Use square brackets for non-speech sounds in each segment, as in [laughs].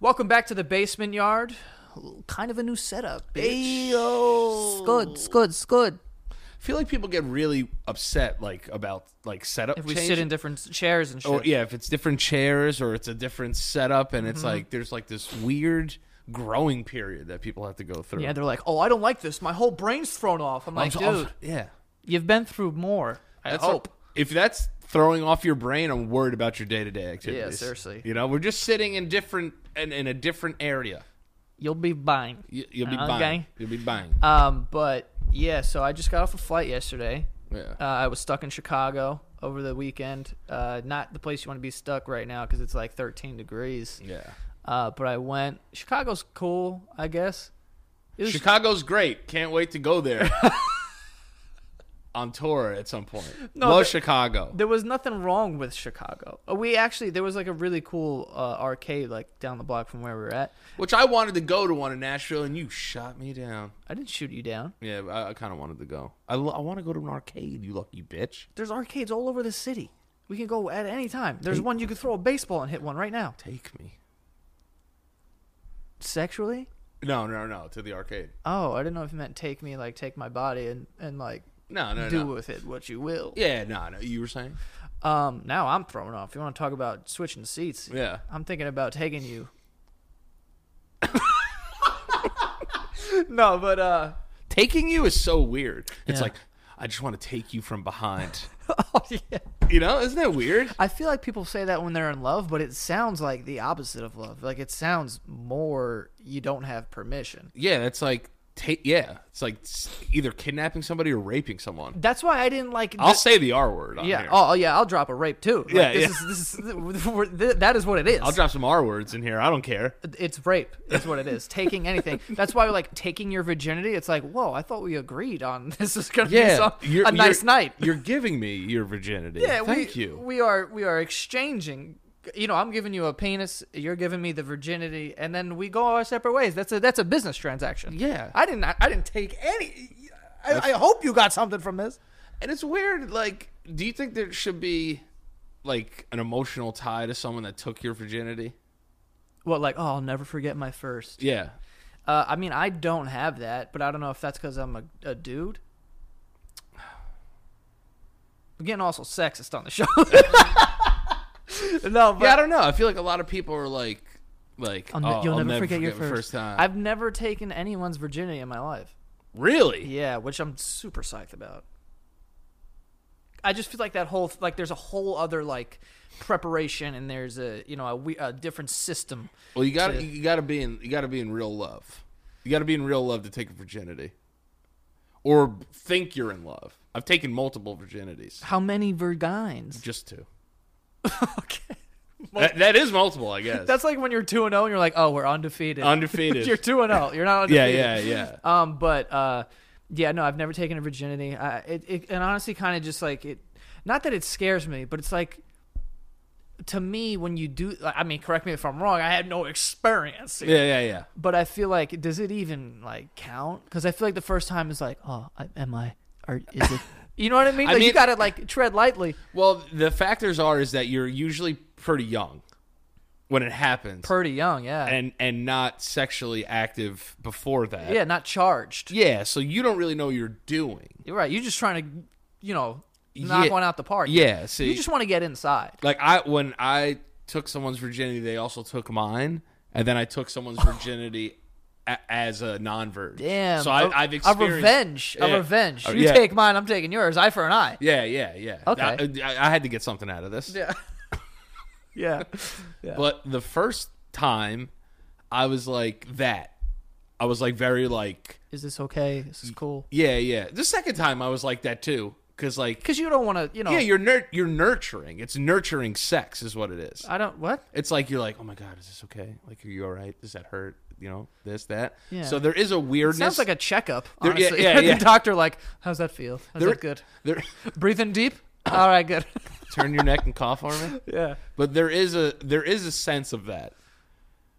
Welcome back to the basement yard. Kind of a new setup, bitch. Ayo. Good, good, good. I feel like people get really upset like about like setup. If we change. sit in different chairs and shit. or yeah, if it's different chairs or it's a different setup, and Mm-hmm. it's like there's like this weird growing period that people have to go through. Yeah, they're like, oh, I don't like this. My whole brain's thrown off. I'm I'm like, so- I'm dude, so- yeah. you've been through more. I That's hope. what- if that's throwing off your brain, I'm worried about your day to day activities. seriously. You know, we're just sitting in different in, in a different area. You'll be fine. You, you'll be Okay. buying. You'll be buying. Um, but yeah, so I just got off a flight yesterday. Yeah. Uh, I was stuck in Chicago over the weekend. Uh, not the place you want to be stuck right now because it's like 13 degrees. yeah. Uh, but I went. Chicago's cool, I guess. It was, Chicago's great. Can't wait to go [laughs] there. On tour at some point. No, Love but- Chicago. there was nothing wrong with Chicago. Uh, We actually there was like a really cool uh, arcade like down the block from where we were at. Which I wanted to go to one in Nashville, and you shot me down. I didn't shoot you down. Yeah, I, I kind of wanted to go. I, lo- I want to go to an arcade, you lucky bitch. There's arcades all over the city. We can go at any time. There's one you could throw a baseball and hit one right now. Take me. Sexually? No, no, no, to the arcade. Oh, I didn't know if you meant take me like take my body and and like No, no, do no. with it what you will. Yeah, no, no. You were saying? Um, now I'm thrown off. You want to talk about switching seats? Yeah. I'm thinking about taking you. [laughs] no, but uh, [laughs] Taking you is so weird. It's Yeah. like, I just want to take you from behind. oh yeah. [laughs] you know, isn't that weird? I feel like people say that when they're in love, but it sounds like the opposite of love. Like it sounds more you don't have permission. Yeah, that's like, ta- yeah, it's like s- either kidnapping somebody or raping someone. That's why I didn't like. I'll the- say the R word. On yeah. here. Oh, oh, yeah. I'll drop a rape too. Like, Yeah, This Is, yeah. this is, we're- th- that is what it is. I'll drop some R words in here. I don't care. it's rape is what it [laughs] is taking anything that's why like taking your virginity it's like whoa i thought we agreed on [laughs] this is gonna be some, a nice night You're giving me your virginity. yeah thank we, you. we are we are exchanging you know i'm giving you a penis you're giving me the virginity and then we go our separate ways that's a that's a business transaction Yeah. i didn't i didn't take any I, I hope you got something from this And it's weird. Like, do you think there should be like an emotional tie to someone that took your virginity? what like oh i'll never forget my first Yeah. uh, i mean i don't have that but i don't know if that's because i'm a, a dude [sighs] we're getting also sexist on the show [laughs] no but Yeah, I don't know. I feel like a lot of people are like, like, I'll ne- oh, you'll I'll never, forget, your my first. time. I've never taken anyone's virginity in my life. really? Yeah, which I'm super psyched about. I just feel like that whole like there's a whole other like preparation and there's a you know a, we- a different system. Well, you got to to- you got to be in you got to be in real love. You got to be in real love to take a virginity, or think you're in love. I've taken multiple virginities, How many virgins? just two. [laughs] okay, That, that is multiple, I guess. that's like when you're two and zero and you're like, oh, we're undefeated. [laughs] Undefeated. you're two and zero. You're not [laughs] yeah, undefeated. yeah, yeah. Um, but uh, yeah, no, I've never taken a virginity. I, it, it and honestly, kind of just like it. Not that it scares me, but it's like to me when you do. I mean, correct me if I'm wrong. I had no experience, Yeah, yeah, yeah. but I feel like does it even like count? Because I feel like the first time is like, oh, I, am I? Or is it? [laughs] You know what I mean? I Like mean- you got to like tread lightly. Well, the factors are is that you're usually pretty young when it happens, Pretty young, yeah, and and not sexually active before that. yeah, not charged. yeah. So you don't really know what you're doing. You're right. You're just trying to, you know, knock Yeah. one out the park. Yeah. See, you just want to get inside. like I when I took someone's virginity, they also took mine, and then I [sighs] took someone's virginity a, as a non-virgin. Damn. So I, a- I've experienced a revenge, Yeah. a revenge. Uh, You yeah. take mine, I'm taking yours. Eye for an eye. Yeah, yeah, yeah. uh, Okay. I, I, I had to get something out of this. Yeah, [laughs] yeah. But the first time, I was like that. I was like very like Is this okay? This is cool. yeah, yeah. The second time, I was like that too, because like Because you don't want to, you know. yeah, you're nur- you're nurturing. It's nurturing sex is what it is. I don't. What? it's like you're like, oh my god, is this okay? Like, are you all right? Does that hurt? You know, this, that. Yeah. So there is a weirdness. Sounds like a checkup. There- yeah, Honestly, [laughs] yeah, the yeah. doctor like, how's that feel? Is There- that good? There, [laughs] Breathing deep. [coughs] All right, good. turn your neck and cough for me. yeah. But there is a there is a sense of that.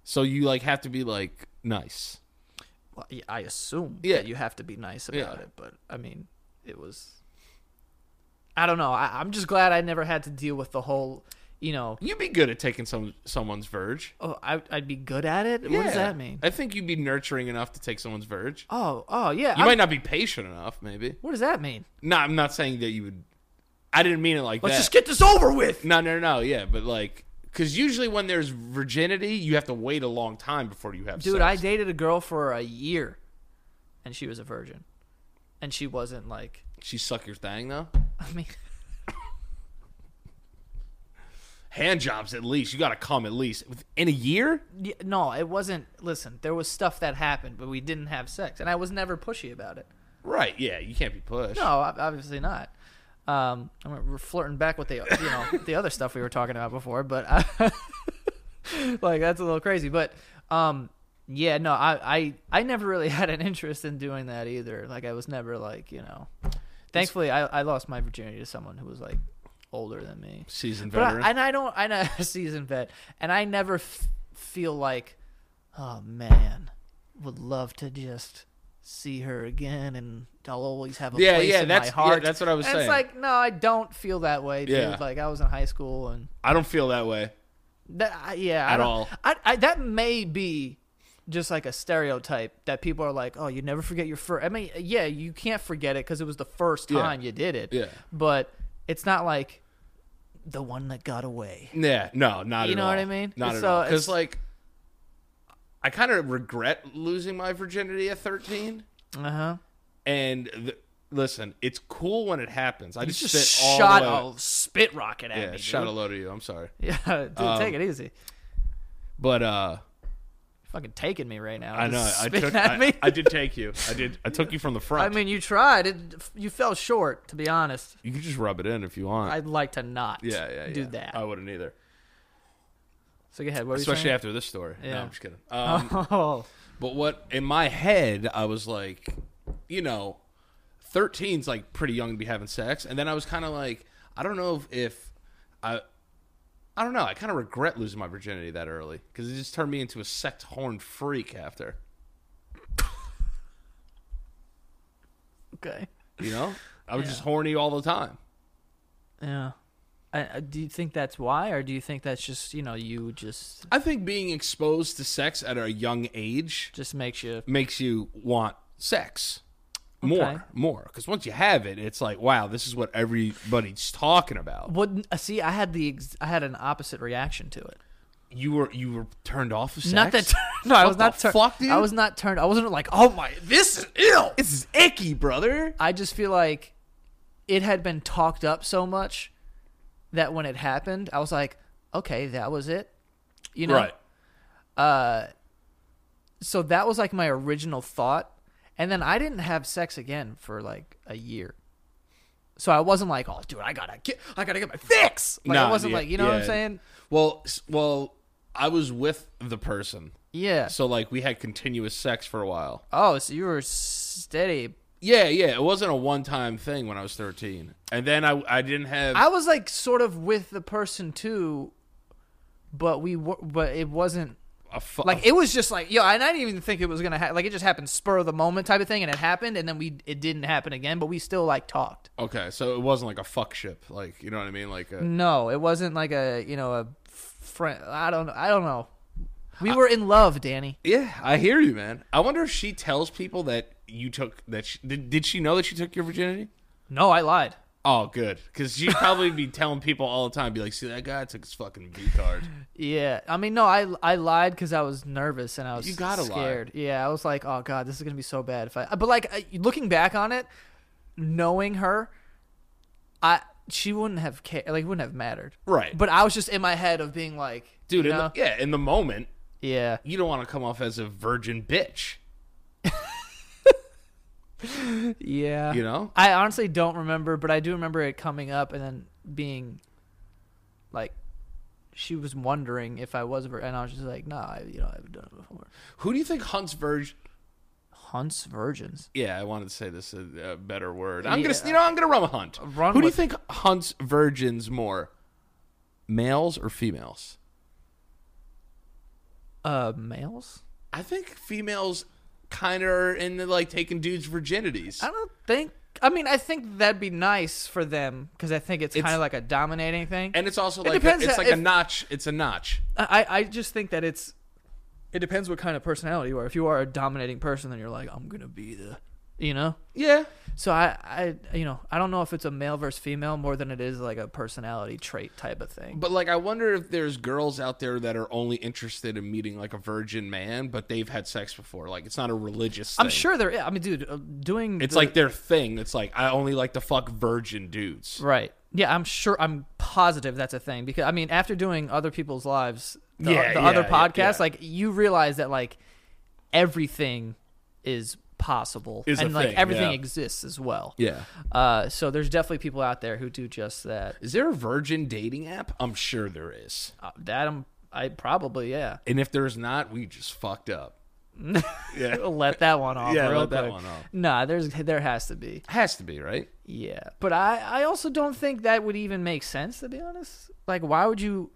So you like have to be like nice. Well, yeah, I assume Yeah. that you have to be nice about Yeah. it, but I mean, it was. I don't know. I, I'm just glad I never had to deal with the whole. you know, You'd be good at taking some someone's verge. oh, I, I'd be good at it. What does Yeah. that mean? I think you'd be nurturing enough to take someone's verge. Oh, oh yeah. You I'm- might not be patient enough, maybe. what does that mean? No, I'm not saying that you would. I didn't mean it like Let's that. just get this over with. No, no, no, yeah, but like, because usually when there's virginity, you have to wait a long time before you have. Dude, I sex. dated a girl for a year, and she was a virgin, and she wasn't like. [laughs] She suck your thing though. I mean, Hand jobs at least. You got to come at least within a year. y- no, it wasn't. Listen, there was stuff that happened, but we didn't have sex, and I was never pushy about it. Right? Yeah, you can't be pushed. No, ob- obviously not. Um, I'm we're flirting back with the you know [laughs] the other stuff we were talking about before, but I, [laughs] like that's a little crazy. But um, yeah, no, I, I I never really [laughs] had an interest in doing that either. Like I was never like you know. Thankfully, I, I lost my virginity to someone who was like older than me. seasoned But veteran. I, and I don't I [laughs] know seasoned vet, and I never f- feel like, oh man, would love to just see her again, and I'll always have a Yeah, place yeah, in that's- my heart. yeah, that's what I was and saying. It's like no, I don't feel that way, dude. Yeah. Like I was in high school, and I don't feel that way. that I- yeah, I At don't- all. I, I that may be. Just like a stereotype that people are like, oh, you never forget your first. I mean, yeah, you can't forget it because it was the first Yeah. time you did it. Yeah. But it's not like the one that got away. Yeah, no, not You at know all. what I mean? Not at So all. it's- Because like, I kind of regret losing my virginity at 13. Uh huh. And th- listen, it's cool when it happens. I just, just spit all shot the way- a spit rocket at yeah, me. shot a Um, dude. load of you. I'm sorry, [laughs] Yeah, dude, take it easy. You're but uh, fucking taking me right now. I know Just I spitting took. at I, me. I did take you. I did. I took you from the [laughs] front. I mean, you tried. It, you fell short, to be honest. you can just rub it in if you want. I'd like to not. yeah, yeah, yeah. Do that. I wouldn't either, so go ahead. What were especially you saying? after this story. No, Yeah. I'm just kidding. Um, [laughs] oh, But what in my head, I was like, you know, 13's like pretty young to be having sex. And then I was kind of like, I don't know if, if I, I don't know. I kind of regret losing my virginity that early because it just turned me into a sect horn freak after, okay. you know? I was just horny all the time. Yeah. I, I- do you think that's why, or do you think that's just you know you just I think being exposed to sex at a young age just makes you makes you want sex more, Okay. more. Because once you have it, it's like, wow, this is what everybody's talking about. what? uh, See, I had the ex- I had an opposite reaction to it. You were you were turned off of sex. Not that [laughs] no, I What was not the turned. fuck, dude? I was not turned. I wasn't like, oh my, this is ill. this is icky, brother. I just feel like it had been talked up so much that when it happened, I was like, okay, that was it. You know? Right. So that was like my original thought. And then I didn't have sex again for like a year. So I wasn't like, oh, dude, I gotta get, I gotta get my fix. Like I Nah, wasn't yeah, like, you know what I'm yeah. saying? Well, s- well, I was with the person, Yeah. so like we had continuous sex for a while. Oh, so you were steady. Yeah, yeah. It wasn't a one time thing when I was thirteen, and then I I didn't have. I was like, sort of with the person too, but we were, but it wasn't a fu- Like it was just like yo, and I didn't even think it was gonna happen. Like it just happened spur of the moment type of thing, and it happened, and then we it didn't happen again, but we still like talked. okay, so it wasn't like a fuck ship, like you know what I mean, like a, No, it wasn't like a you know a friend. I don't know. I don't know. We were in love, Danny. yeah. I hear you, man. I wonder if she tells people that you took that. She, did did she know that she took your virginity? No, I lied. Oh, good, because she'd probably be telling people all the time, be like, "See that guy took his fucking V card." Yeah, I mean, no, I I lied because I was nervous and I was You gotta lie. scared. Yeah, I was like, oh god, this is gonna be so bad if I. But like I- looking back on it, knowing her, I she wouldn't have cared. Like it wouldn't have mattered. Right. But I was just in my head of being like, dude. you In know? the, yeah, in the moment, yeah. you don't want to come off as a virgin bitch. [laughs] Yeah. You know? I honestly don't remember, but I do remember it coming up and then being like she was wondering if I was a vir- and I was just like, "Nah, I, you know, I haven't done it before." Who do you think hunts virgin? Hunts virgins. Yeah, I wanted to say this uh, a, a better word. I'm gonna, Yeah. you know, I'm gonna run a hunt. Run Who do you with- think hunts virgins more, males or females? Uh males? I think females kind of are into like taking dudes' virginities. I don't think I mean, I think that'd be nice for them because I think it's, kind of like a dominating thing. and it's also It like a- depends it's how- like a if- notch. It's a notch. I, I just think that it's it depends what kind of personality you are. If you are a dominating person, then you're like, I'm gonna be the, you know. Yeah, So I, I, you know, I don't know if it's a male versus female more than it is like a personality trait type of thing. But like, I wonder if there's girls out there that are only interested in meeting like a virgin man, but they've had sex before. Like, it's not a religious. Thing. I'm sure there. I mean, dude, uh, doing it's the- like their thing. It's like I only like to fuck virgin dudes. right. Yeah, I'm sure. I'm positive that's a thing because I mean, after doing other people's lives, the, Yeah, the yeah, other yeah, podcasts, yeah. like you realize that like everything is possible Is a and like thing, everything yeah. exists as well. Yeah. Uh, so there's definitely people out there who do just that. Is there a virgin dating app? I'm sure there is. Uh, that I'm, I probably yeah. And if there's not, we just fucked up. yeah. Let that one off. Yeah, real let that quick. one off. Nah, there's there has to be. Has to be, right? Yeah, but I I also don't think that would even make sense to be honest. Like, why would you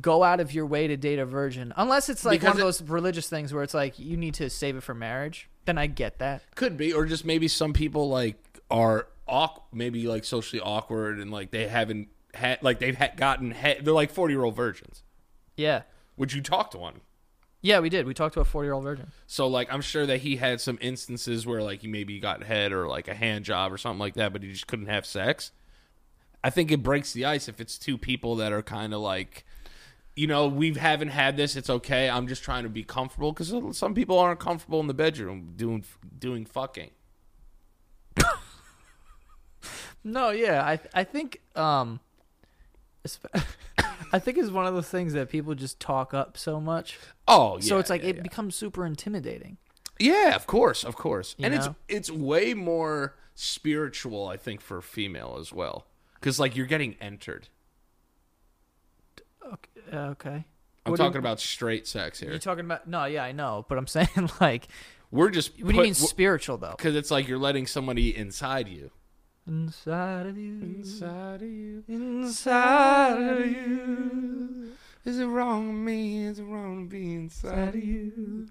go out of your way to date a virgin unless it's like one Because of those religious things where it's like you need to save it for marriage? Then I get that. Could be, or just maybe some people like are awk- maybe like socially awkward and like they haven't had like they've ha- gotten head. They're like forty year old virgins. Yeah, Would you talk to one? yeah, we did. We talked to a four year old virgin. So like I'm sure that he had some instances where like he maybe got head or like a hand job or something like that, but he just couldn't have sex. I think it breaks the ice if it's two people that are kind of like, you know, we haven't had this. It's okay. I'm just trying to be comfortable because some people aren't comfortable in the bedroom doing doing fucking. No, yeah, I I think um, espe- [laughs] I think it's one of those things that people just talk up so much, Oh, yeah, so it's like yeah, it yeah. becomes super intimidating. Yeah, of course, of course. and know? it's it's way more spiritual, I think, for a female as well, because like you're getting entered. Uh, Okay, I'm What do you- talking about straight sex here. You're talking about no, yeah, I know, but I'm [laughs] saying like, We're just what do you put- mean spiritual though? Because it's like you're letting somebody inside you. Inside of you, Inside of you. inside of you, Is it wrong me? Is it wrong to be inside of you?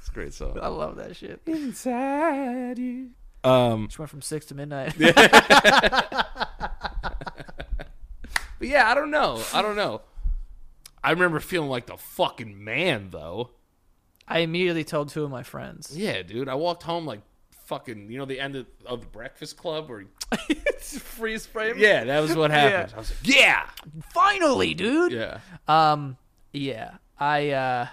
It's a great song. I love that shit. Inside you. Um, Just went from six to midnight. but yeah, I don't know. I don't know. I remember feeling like the fucking man, though. [laughs] I immediately told two of my friends. [laughs] Yeah, dude. I walked home like fucking, you know, the end of, of the Breakfast Club where. Freeze frame. [laughs] Yeah, that was what happened. I was like, yeah! Finally, dude. Yeah. Um, yeah, I, uh,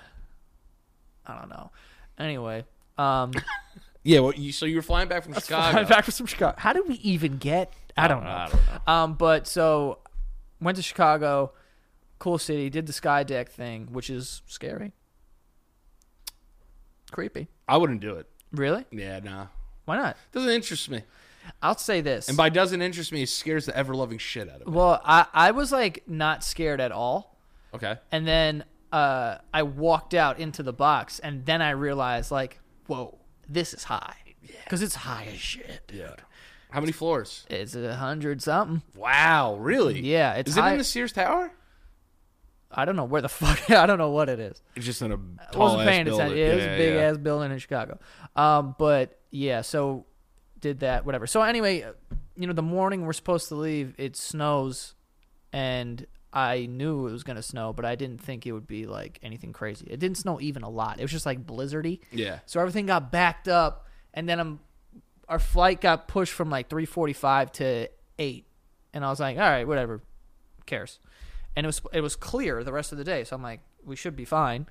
I don't know. Anyway, [laughs] um, Yeah, well, you, so you were flying back from Chicago. I'm back from Chicago. How did we even get? I don't know. I don't Um, but so went to Chicago, cool city. Did the sky deck thing, which is scary, creepy. I wouldn't do it. Really? Yeah, nah. Why not? Doesn't interest me. I'll say this. And by doesn't interest me, it scares the ever loving shit out of me. well, I I was like not scared at all. Okay. and then uh, I walked out into the box, and then I realized like, whoa, this is high, because it's high as shit. dude. Yeah. How many floors? It's a hundred something. Wow, really? Yeah, it's Is high. it in the Sears Tower? I don't know where the [laughs] fuck. I don't know what it is. It's just in a I wasn't paying attention. Yeah, it was a big ass building in Chicago. Um, but yeah, so did that. Whatever. So anyway, uh, you know, the morning we're supposed to leave, it snows, and I knew it was gonna snow, but I didn't think it would be like anything crazy. It didn't snow even a lot. It was just like blizzardy. Yeah. So everything got backed up, and then I'm, our flight got pushed from like 3:45 to eight, and I was like, all right, whatever, Who cares. And it was it was clear the rest of the day, so I'm like, we should be fine.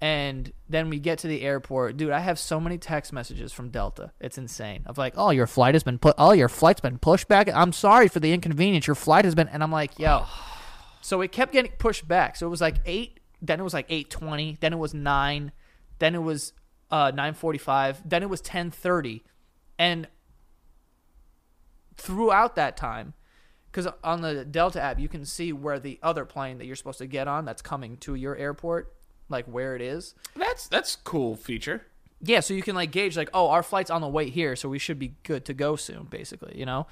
And then we get to the airport, dude. I have so many text messages from Delta. It's insane. Of like, oh, your flight has been put. Oh, your flight's been pushed back. I'm sorry for the inconvenience. Your flight has been. And I'm like, yo. So it kept getting pushed back. So it was like eight, then it was like eight twenty, then it was nine, then it was uh nine forty five, then it was ten thirty, and throughout that time, because on the Delta app you can see where the other plane that you're supposed to get on that's coming to your airport, like where it is. That's that's cool feature. Yeah, so you can like gauge like, oh, our flight's on the way here, so we should be good to go soon, basically, you know.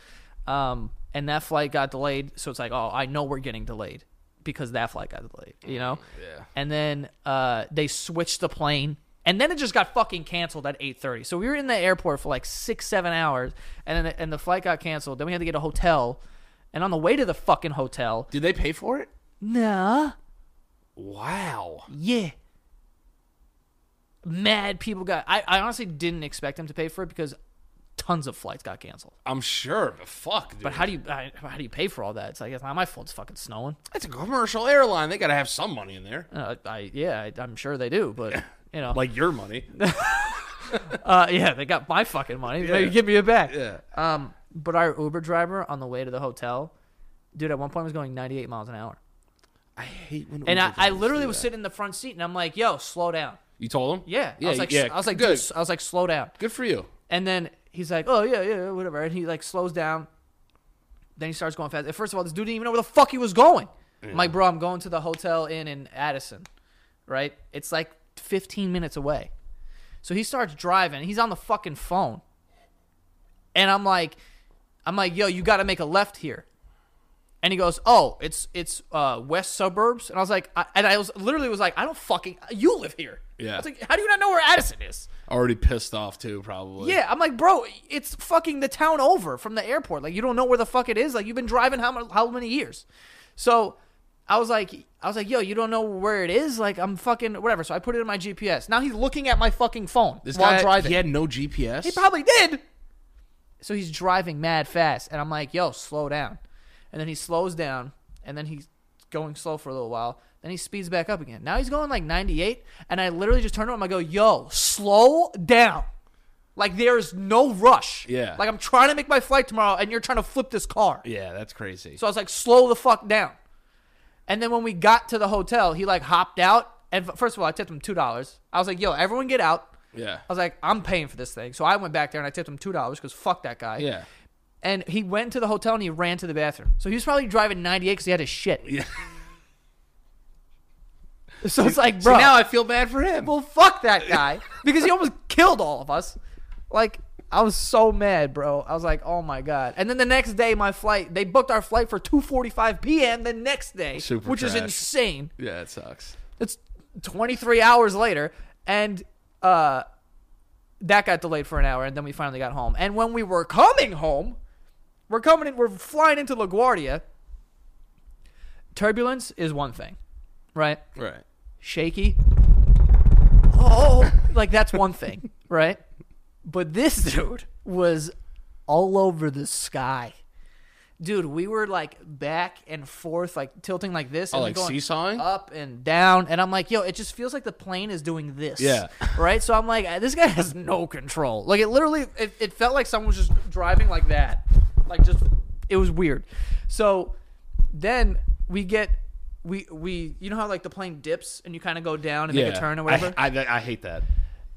Um, and that flight got delayed, so it's like, oh, I know we're getting delayed because that flight got delayed, you know. Yeah. And then uh, they switched the plane And then it just got fucking canceled at 8:30. So we were in the airport for like 6 7 hours and then and the flight got canceled. Then we had to get a hotel. And on the way to the fucking hotel, Did they pay for it? nah, Wow. yeah. Mad people got I, I honestly didn't expect them to pay for it because tons of flights got canceled. I'm sure, but fuck, dude. But how do you I- how do you pay for all that? It's like it's not my fault it's fucking snowing. That's a commercial airline. They got to have some money in there. Uh, I yeah, I, I'm sure they do, but you know, Like your money. uh, yeah, they got my fucking money. They Yeah. give me it back. [laughs] yeah. Um, but our Uber driver on the way to the hotel, dude, at one point was going 98 miles an hour, I hate when and I, Uber I drivers literally do was that. sitting in the front seat, and I'm like, "Yo, slow down." You told him? Yeah, Yeah. I was like, yeah. I was like, good. dude, I was like, slow down. Good for you. And then he's like, "Oh yeah, yeah, whatever," and he like slows down. Then he starts going fast. And first of all, this dude didn't even know where the fuck he was going. I'm like, bro, I'm going to the hotel inn in Addison, right? It's like 15 minutes away. So he starts driving. He's on the fucking phone, and I'm like, I'm like, yo, you got to make a left here. And he goes, oh, it's it's uh, west suburbs. And I was like, I, and I was literally was like, I don't fucking, you live here. Yeah. I was like, how do you not know where Addison is? Already pissed off too, probably. Yeah, I'm like, bro, it's fucking the town over from the airport. Like, you don't know where the fuck it is. Like, you've been driving how mu- how many years? So, I was like, I was like, yo, you don't know where it is. Like, I'm fucking whatever. So I put it in my GPS. Now he's looking at my fucking phone This while guy, driving. he had no GPS. He probably did. So he's driving mad fast, and I'm like, yo, slow down. And then he slows down, and then he's going slow for a little while. Then he speeds back up again. Now he's going like 98, and I literally just turn to him. I go, yo, slow down. Like there is no rush. Yeah. Like I'm trying to make my flight tomorrow, and you're trying to flip this car. yeah, that's crazy. So I was like, slow the fuck down. And then when we got to the hotel, he like hopped out. And f- first of all, I tipped him two dollars. I was like, yo, everyone get out. yeah. I was like, I'm paying for this thing. So I went back there and I tipped him two dollars because fuck that guy. Yeah. And he went to the hotel and he ran to the bathroom. So he was probably driving 98 because he had his shit. Yeah. [laughs] So it's like, So bro, now I feel bad for him. well, fuck that guy because he almost killed all of us. Like, I was so mad, bro. I was like, oh my god. And then the next day, my flight, they booked our flight for 2:45 p.m. the next day, Super which is trash. insane. yeah, it sucks. It's 23 hours later, and uh, that got delayed for an hour, and then we finally got home. And when we were coming home, we're coming in, we're flying into LaGuardia. Turbulence is one thing, right? Right. Shaky. Oh, like that's one thing, [laughs] right? But this dude was all over the sky. Dude, we were like back and forth, like tilting like this. Oh, and then like going, seesawing? up and down and i'm like yo it just feels like the plane is doing this Yeah. [laughs] right so i'm like this guy has no control like it literally it, it felt like someone was just driving like that like just it was weird so then we get we we you know how like the plane dips and you kind of go down and yeah. make a turn or whatever I, I, I hate that.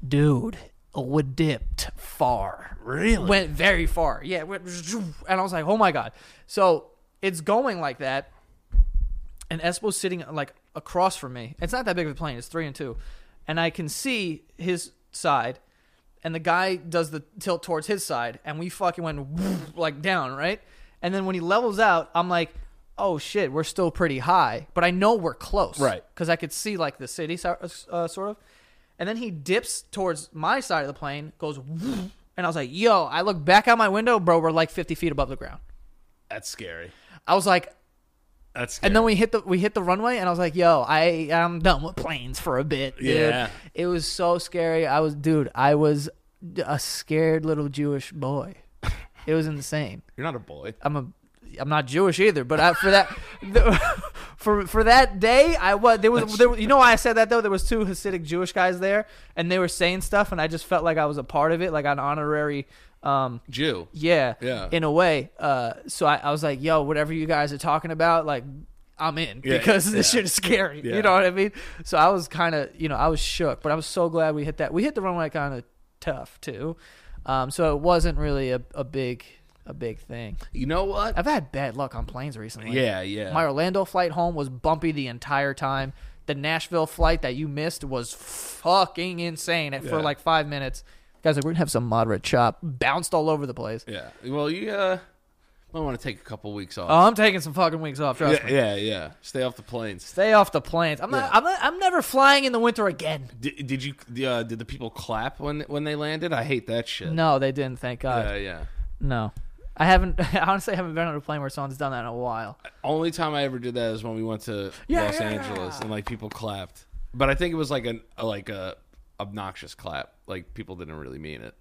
dude would dipped far Really? went very far yeah it went and i was like oh my god so it's going like that and Espo's sitting like across from me. It's not that big of a plane. It's three and two, and I can see his side, and the guy does the tilt towards his side, and we fucking went [laughs] like down right. And then when he levels out, I'm like, oh shit, we're still pretty high, but I know we're close, Right. Because I could see like the city so- uh, sort of. And then he dips towards my side of the plane, goes, [laughs] and I was like, yo, I look back out my window, bro, we're like 50 feet above the ground. That's scary. I was like, That's scary. and then we hit the we hit the runway, and I was like, "Yo, I I'm done with planes for a bit." Dude. Yeah. it was so scary. I was, dude, I was a scared little Jewish boy. It was insane. You're not a boy. I'm a I'm not Jewish either, but I, for that the, [laughs] for for that day, I was there was there, you know why I said that though. There was two Hasidic Jewish guys there, and they were saying stuff, and I just felt like I was a part of it, like an honorary. Um, Jew. yeah. Yeah. In a way. Uh, so I, I was like, yo, whatever you guys are talking about, like, I'm in Yeah, because this yeah. shit is scary. Yeah. You know what I mean? So I was kind of, you know, I was shook, but I was so glad we hit that. We hit the runway kind of tough too. Um, so it wasn't really a, a big, a big thing. You know what? I've had bad luck on planes recently. yeah, yeah. My Orlando flight home was bumpy the entire time. The Nashville flight that you missed was fucking insane at, for Yeah. like five minutes. Guys, like, we're gonna have some moderate chop. Bounced all over the place. yeah. Well, you uh might want to take a couple weeks off. Oh, I'm taking some fucking weeks off. Trust yeah, me. yeah, yeah. Stay off the planes. Stay off the planes. I'm not, Yeah. I'm not. I'm never flying in the winter again. Did, did you? Uh, did the people clap when when they landed? I hate that shit. No, they didn't. Thank God. Yeah, yeah. No, I haven't. [laughs] I honestly haven't been on a plane where someone's done that in a while. Only time I ever did that is when we went to Yeah. Los Angeles and like people clapped, but I think it was like an a, like a obnoxious clap. Like people didn't really mean it.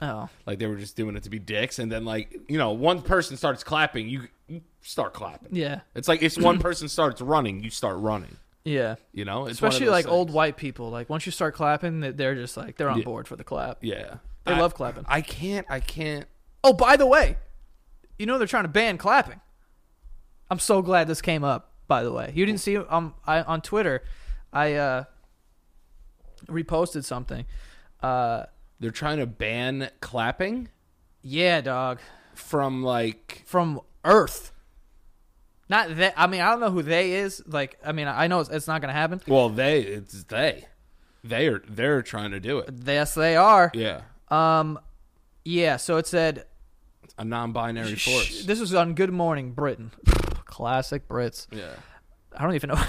Oh, Like they were just doing it to be dicks, and then like you know one person starts clapping, you, you start clapping. yeah, It's like if one person starts running, you start running. yeah. You know, It's one of Especially those like things. old white people. Like once you start clapping, they- they're just like they're on Yeah. board for the clap. Yeah, They I- love clapping. I can't. I can't. Oh, by the way, you know they're trying to ban clapping. I'm so glad this came up. By the way, you didn't see um I, on Twitter, I uh reposted something. Uh, They're trying to ban clapping yeah, dog. from like from Earth. Not that I mean I don't know who they is. Like I mean I know it's, it's not gonna happen. well they it's they they are they're trying to do it. Yes, they are. Yeah, Um, yeah. So it said a non-binary force. Shh, this was on Good Morning Britain. [sighs] Classic Brits. yeah, I don't even know.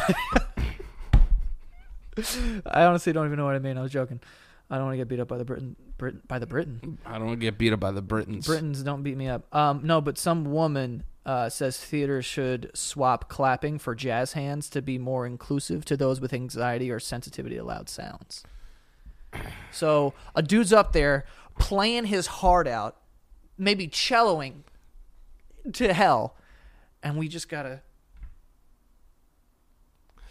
[laughs] I honestly don't even know what I mean. I was joking. I don't want to get beat up by the Britain. Britain by the Britain. I don't wanna get beat up by the Britons. Britons don't beat me up. Um, no, but some woman uh, says theater should swap clapping for jazz hands to be more inclusive to those with anxiety or sensitivity to loud sounds. [clears throat] So a dude's up there playing his heart out, maybe celloing to hell, and we just gotta.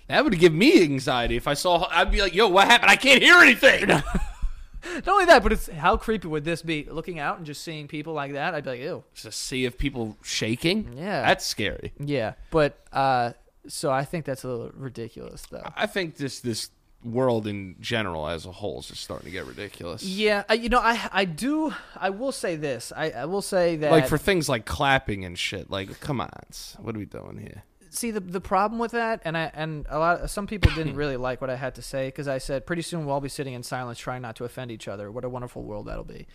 That would give me anxiety if I saw. I'd be like, "Yo, what happened? I can't [laughs] hear anything." Not only that, but it's how creepy would this be? Looking out and just seeing people like that, I'd be like, ew. Just to see if people shaking. Yeah. that's scary. Yeah, but uh, so I think that's a little ridiculous, though. I think this this world in general as a whole is just starting to get ridiculous. Yeah, I, you know, I I do. I will say this. I, I will say that. Like for things like clapping and shit. Like, come on, what are we doing here? see the the problem with that, and I and a lot some people [laughs] didn't really like what I had to say because I said pretty soon we'll all be sitting in silence trying not to offend each other. What a wonderful world that'll be.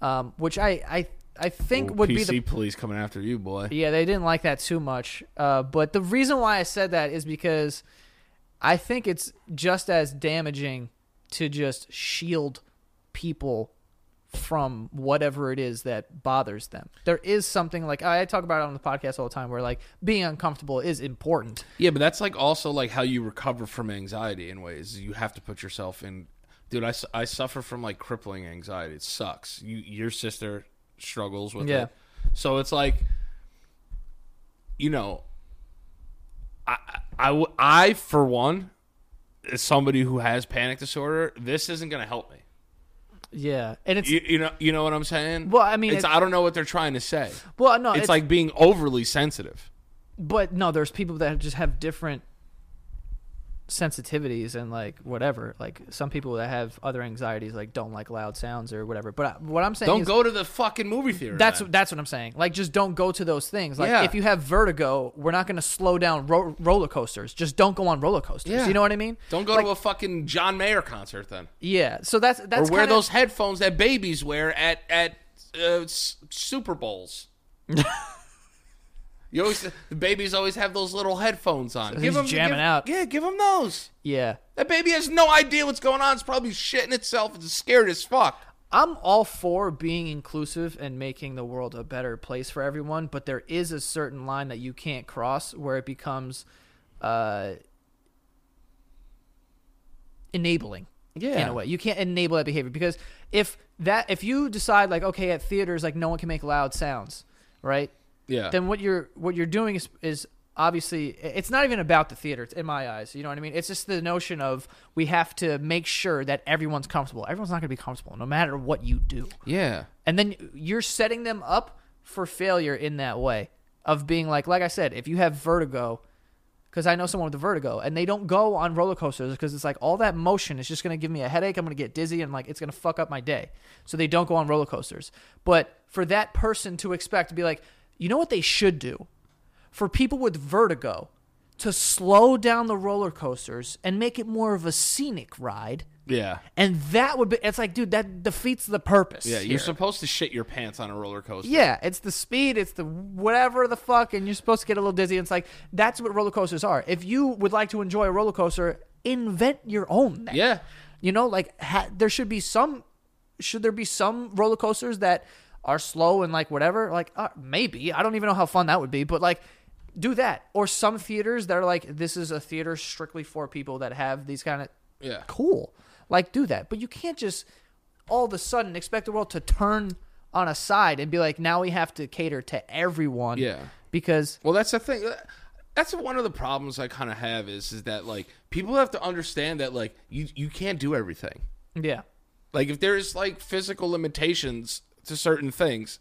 Um, which I I I think Ooh, would PC be the police coming after you, boy. Yeah, they didn't like that too much. Uh, but the reason why I said that is because I think it's just as damaging to just shield people from whatever it is that bothers them. There is something like I talk about it on the podcast all the time where like being uncomfortable is important. Yeah, but that's like also like how you recover from anxiety in ways. You have to put yourself in. Dude, I, su- I suffer from like crippling anxiety. It sucks. You your sister struggles with Yeah. it, so it's like, you know, I I w- I, for one, as somebody who has panic disorder, this isn't going to help me. Yeah. And it's You, you know you know what I'm saying? Well, I mean, it's, it's- I don't know what they're trying to say. well no, It's, it's, like being overly sensitive. but no, there's people that just have different sensitivities and like whatever. Like some people that have other anxieties like don't like loud sounds or whatever. But I, what I'm saying Don't is go to the fucking movie theater. That's then. that's what I'm saying. Like, just don't go to those things. Like, Yeah. if you have vertigo, we're not going to slow down ro- roller coasters. Just don't go on roller coasters. Yeah. You know what I mean? Don't go Like, to a fucking John Mayer concert then, yeah. So that's or that's wear kinda- those headphones that babies wear at at uh, S- [laughs] Super Bowls. you always the babies always have those little headphones on. he's them jamming out. Yeah, give them those. Yeah, That baby has no idea what's going on. It's probably shitting itself. It's scared as fuck. I'm all for being inclusive and making the world a better place for everyone, but there is a certain line that you can't cross where it becomes uh, enabling. Yeah. In a way. You can't enable that behavior because if that if you decide like, okay, at theaters like no one can make loud sounds, right? Yeah. Then what you're what you're doing is is obviously it's not even about the theater it's in my eyes you know what i mean it's just the notion of we have to make sure that everyone's comfortable everyone's not going to be comfortable no matter what you do yeah. and then you're setting them up for failure in that way of being like, like I said, if you have vertigo, because I know someone with vertigo, and they don't go on roller coasters because it's like all that motion is just going to give me a headache. I'm going to get dizzy and like it's going to fuck up my day. So they don't go on roller coasters. But for that person to expect to be like, you know what they should do? For people with vertigo to slow down the roller coasters and make it more of a scenic ride Yeah. and that would be. It's like, dude, that defeats the purpose. Yeah, you're here. supposed to shit your pants on a roller coaster. Yeah, it's the speed, it's the whatever the fuck, and you're supposed to get a little dizzy. And it's like that's what roller coasters are. If you would like to enjoy a roller coaster, invent your own. then. Yeah. you know, like ha- there should be some. Should there be some roller coasters that are slow and like whatever? Like uh, maybe I don't even know how fun that would be, but like do that or some theaters that are like this is a theater strictly for people that have these kind of Yeah. cool. Like, do that. But you can't just all of a sudden expect the world to turn on a side and be like, now we have to cater to everyone. Yeah. Because, Well, that's the thing. That's one of the problems I kind of have is is that like people have to understand that like you you can't do everything. yeah. Like if there is like physical limitations to certain things,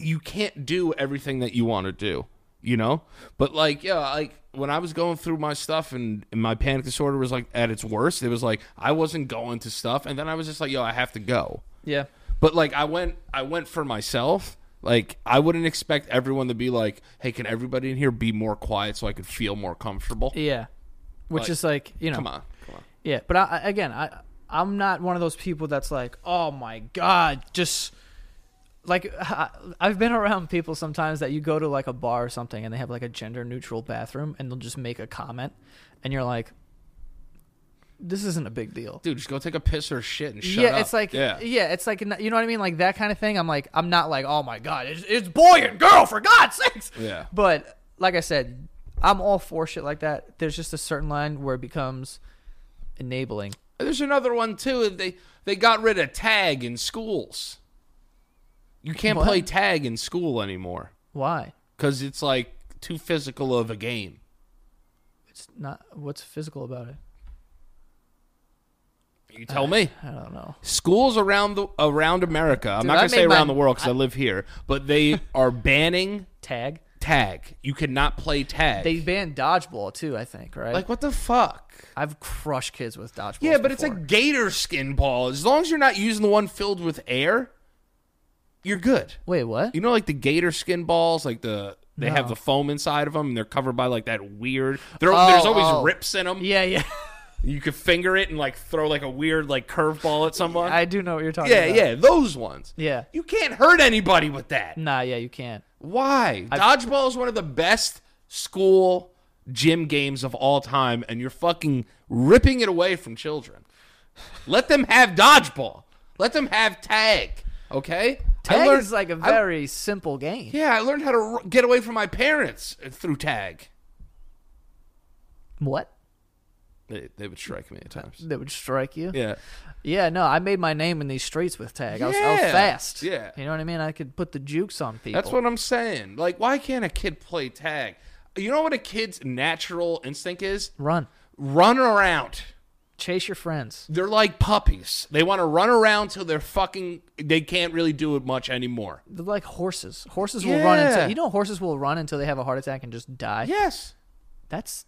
you can't do everything that you want to do, you know? But like, yeah, like when I was going through my stuff and, and my panic disorder was like at its worst, it was like I wasn't going to stuff and then I was just like, yo, I have to go. Yeah. But like I went I went for myself. Like I wouldn't expect everyone to be like, "Hey, can everybody in here be more quiet so I could feel more comfortable?" Yeah. Which Like, is like, you know. Come on. Come on. Yeah. But I, I- again, I, I'm not one of those people that's like, oh my God, just. Like I- I've been around people sometimes that you go to like a bar or something and they have like a gender neutral bathroom and they'll just make a comment and you're like, this isn't a big deal. Dude, just go take a piss or shit and shut yeah, up. it's like yeah. yeah. it's like you know what I mean, like that kind of thing. I'm like, I'm not like, oh my god, it's, it's boy and girl for God's sakes. Yeah. But like I said, I'm all for shit like that. There's just a certain line where it becomes enabling. There's another one too. They they got rid of tag in schools. You can't What? play tag in school anymore Why? because it's like too physical of a game. It's not what's physical about it. You [sighs] tell me. I don't know. Schools around the around America. I'm Dude, not I gonna say made my- around the world because I, live here, [laughs] but they are banning Tag. tag. You cannot play tag. They banned dodgeball too. I think right. like what the fuck? I've crushed kids with dodgeball. Yeah, but it's a gator skin ball. As long as you're not using the one filled with air, you're good. wait, what? You know, like the gator skin balls, like the they have No. the foam inside of them, and they're covered by like that weird. There, Oh, there's always oh. rips in them. Yeah, yeah. [laughs] You could finger it and like throw like a weird like curveball at someone. I do know what you're talking yeah, about. yeah, those ones. Yeah. you can't hurt anybody with that. Nah, yeah, you can't. Why? Dodgeball is one of the best school gym games of all time, and you're fucking ripping it away from children. Let them have dodgeball. Let them have tag. Okay. I Tag learned- is like a I- very simple game. Yeah, I learned how to r- get away from my parents through tag. What? They, they would strike me at times. that would strike you. Yeah, Yeah. no, I made my name in these streets with tag. I was, I was Yeah, fast. yeah. you know what I mean. I could put the jukes on people. That's what I'm saying. Like, why can't a kid play tag? You know what a kid's natural instinct is? Run, Run around. chase your friends. They're like puppies. They want to run around till they're fucking. They can't really do it much anymore. They're like horses. Horses will run Yeah. until you know. Horses will run until they have a heart attack and just die. Yes, That's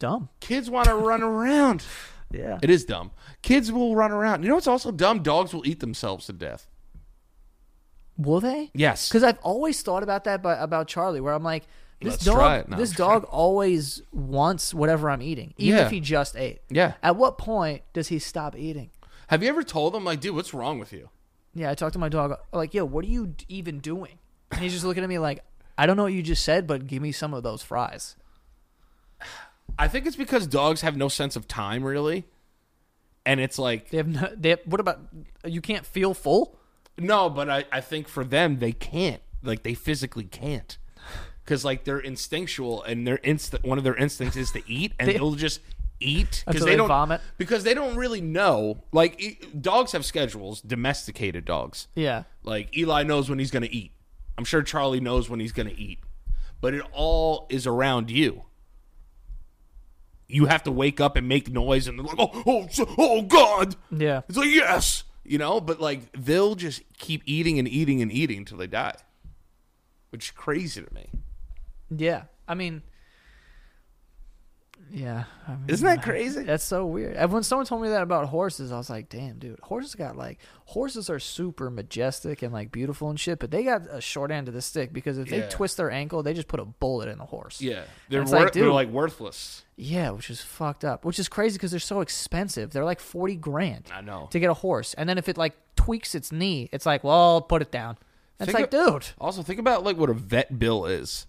dumb. kids want to run around. Yeah, It is dumb. Kids will run around. You know what's also dumb? Dogs will eat themselves to death. will they? Yes. Because I've always thought about that by, about Charlie, where I'm like, this Let's dog, try it. No, this I'm dog always wants whatever I'm eating, even Yeah. if he just ate. Yeah. At what point does he stop eating? Have you ever told them, like, dude, what's wrong with you? Yeah, I talked to my dog. Like, yo, what are you d- even doing? And he's just looking at me like, I don't know what you just said, but give me some of those fries. I think it's because dogs have no sense of time, really. And it's like, They have no. They have, what about you? Can't feel full. no, but I, I think for them, they can't. Like, they physically can't. Because, like, they're instinctual, and their inst- one of their instincts is to eat, and they, will just eat. Until Because they they don't vomit. Because they don't really know. Like, e- dogs have schedules, domesticated dogs. Yeah, Like Eli knows when he's going to eat. I'm sure Charlie knows when he's going to eat. But it all is around you. You have to wake up and make noise and like, oh, oh, so- oh, God. yeah. It's like, yes. You know, but like they'll just keep eating and eating and eating until they die, which is crazy to me. Yeah, I mean, Yeah, I mean, Isn't that crazy? That's so weird. And When someone told me that about horses, I was like, "Damn, dude, horses got like horses are super majestic and like beautiful and shit, but they got a short end of the stick because if Yeah. they twist their ankle, they just put a bullet in the horse." Yeah, they're It's wor- like, they're dude. like worthless. Yeah, which is fucked up. Which is crazy because they're so expensive. They're like forty grand I know. to get a horse, and then if it like tweaks its knee, it's like, well, put it down. And It's Think like, dude, Also, think about like what a vet bill is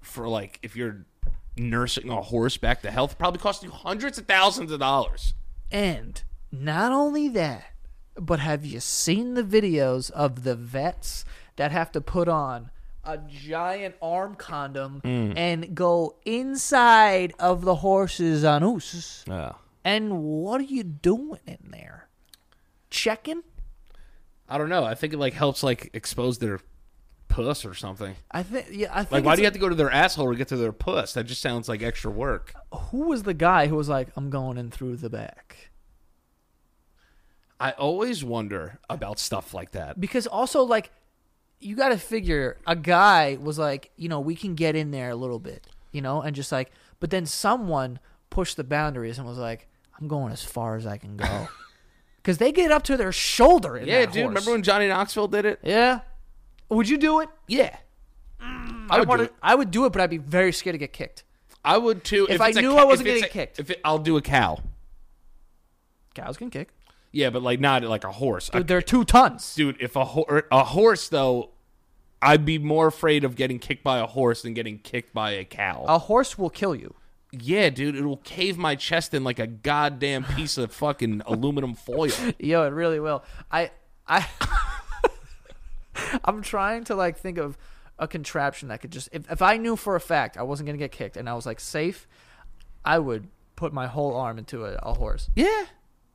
for like if you're nursing a horse back to health. Probably costs you hundreds of thousands of dollars. And not only that, but have you seen the videos of the vets that have to put on a giant arm condom Mm. and go inside of the horse's anus? Yeah. And what are you doing in there? Checking? I don't know. I think it like helps like expose their puss or something. I think. Yeah, I think. Like, why it's- do you have to go to their asshole to get to their puss? That just sounds like extra work. who was the guy who was like, "I'm going in through the back"? I always wonder about stuff like that. because also like you got to figure a guy was like you know we can get in there a little bit you know and just like but then someone pushed the boundaries and was like i'm going as far as i can [laughs] go because they get up to their shoulder in Yeah, that dude. horse. Remember when Johnny Knoxville did it? yeah would you do it Yeah. I Mm, I would, do wanna- it. I would do it but i'd be very scared to get kicked I would too. If I it's a knew ca- I wasn't if it's getting a- kicked. if it, I'll do a cow. cows can kick Yeah, but like not like a horse. I- Dude, they're two tons dude, if a hor- a horse though, I'd be more afraid of getting kicked by a horse than getting kicked by a cow. a horse will kill you Yeah, dude, it'll cave my chest in like a goddamn piece of fucking [laughs] aluminum foil. Yo, it really will. I I [laughs] I'm trying to like think of a contraption that could just if, if I knew for a fact I wasn't gonna get kicked and I was like safe, I would put my whole arm into a, a horse. Yeah.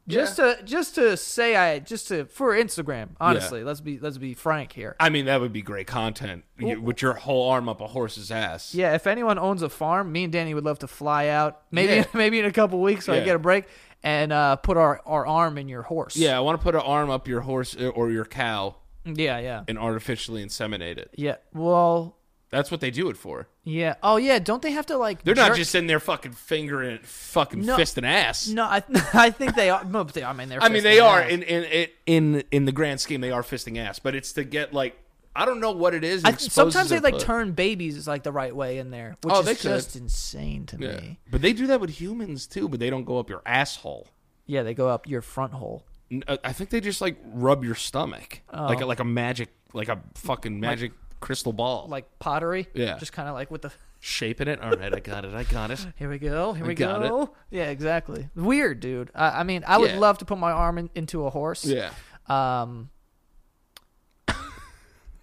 Just to just to say I just to for Instagram, honestly. Let's be let's be frank here. I mean, that would be great content you, with your whole arm up a horse's ass. Yeah, if anyone owns a farm, me and Danny would love to fly out. Maybe Yeah. [laughs] maybe in a couple weeks when I Yeah. get a break and uh, put our, our arm in your horse. Yeah, I want to put an arm up your horse uh, or your cow Yeah, yeah. and artificially inseminate it. Yeah. Well, That's what they do it for. yeah. Oh yeah, don't they have to like They're not jerk- just in there fucking fingering, it, fucking No. fisting [laughs] ass. No, I, [laughs] I think they are. No, but they, I mean, they're. I mean, fisting they are ass. in in it- in in the grand scheme, they are fisting ass, but it's to get like I don't know what it is. I it think exposes sometimes they their like foot. turn babies is like the right way in there, which Oh, is they could. just insane to Yeah. me. But they do that with humans too, but they don't go up your asshole. Yeah, they go up your front hole, N- uh, I think they just like rub your stomach, Oh. like a, like a magic, like a fucking magic crystal ball, like pottery. Yeah. just kind of like with the. [laughs] shaping it. All right, I got it, I got it. Here we go. Here we got go. Yeah, exactly. Weird, dude. I, I mean, I would Yeah. love to put my arm in, into a horse. Yeah, [laughs] Um.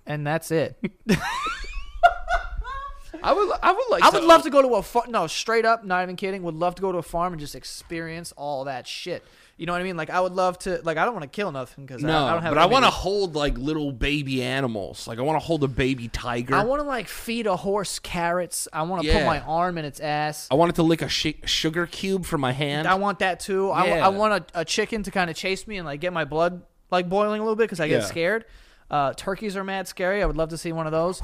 and that's it. I would, I would like, I would love to go to a farm. No, straight up, not even kidding. Would love to go to a farm and just experience all that shit. You know what I mean? Like I would love to. Like I don't want to kill nothing because No, I, I don't have. but I want to to. hold like little baby animals. Like I want to hold a baby tiger. I want to like feed a horse carrots. I want to put Yeah. my arm in its ass. I wanted to lick a sh- sugar cube from my hand. I want that too. I, wa- Yeah. I want a, a chicken to kind of chase me and like get my blood like boiling a little bit because I get Yeah. scared. Uh, turkeys are mad scary. I would love to see one of those.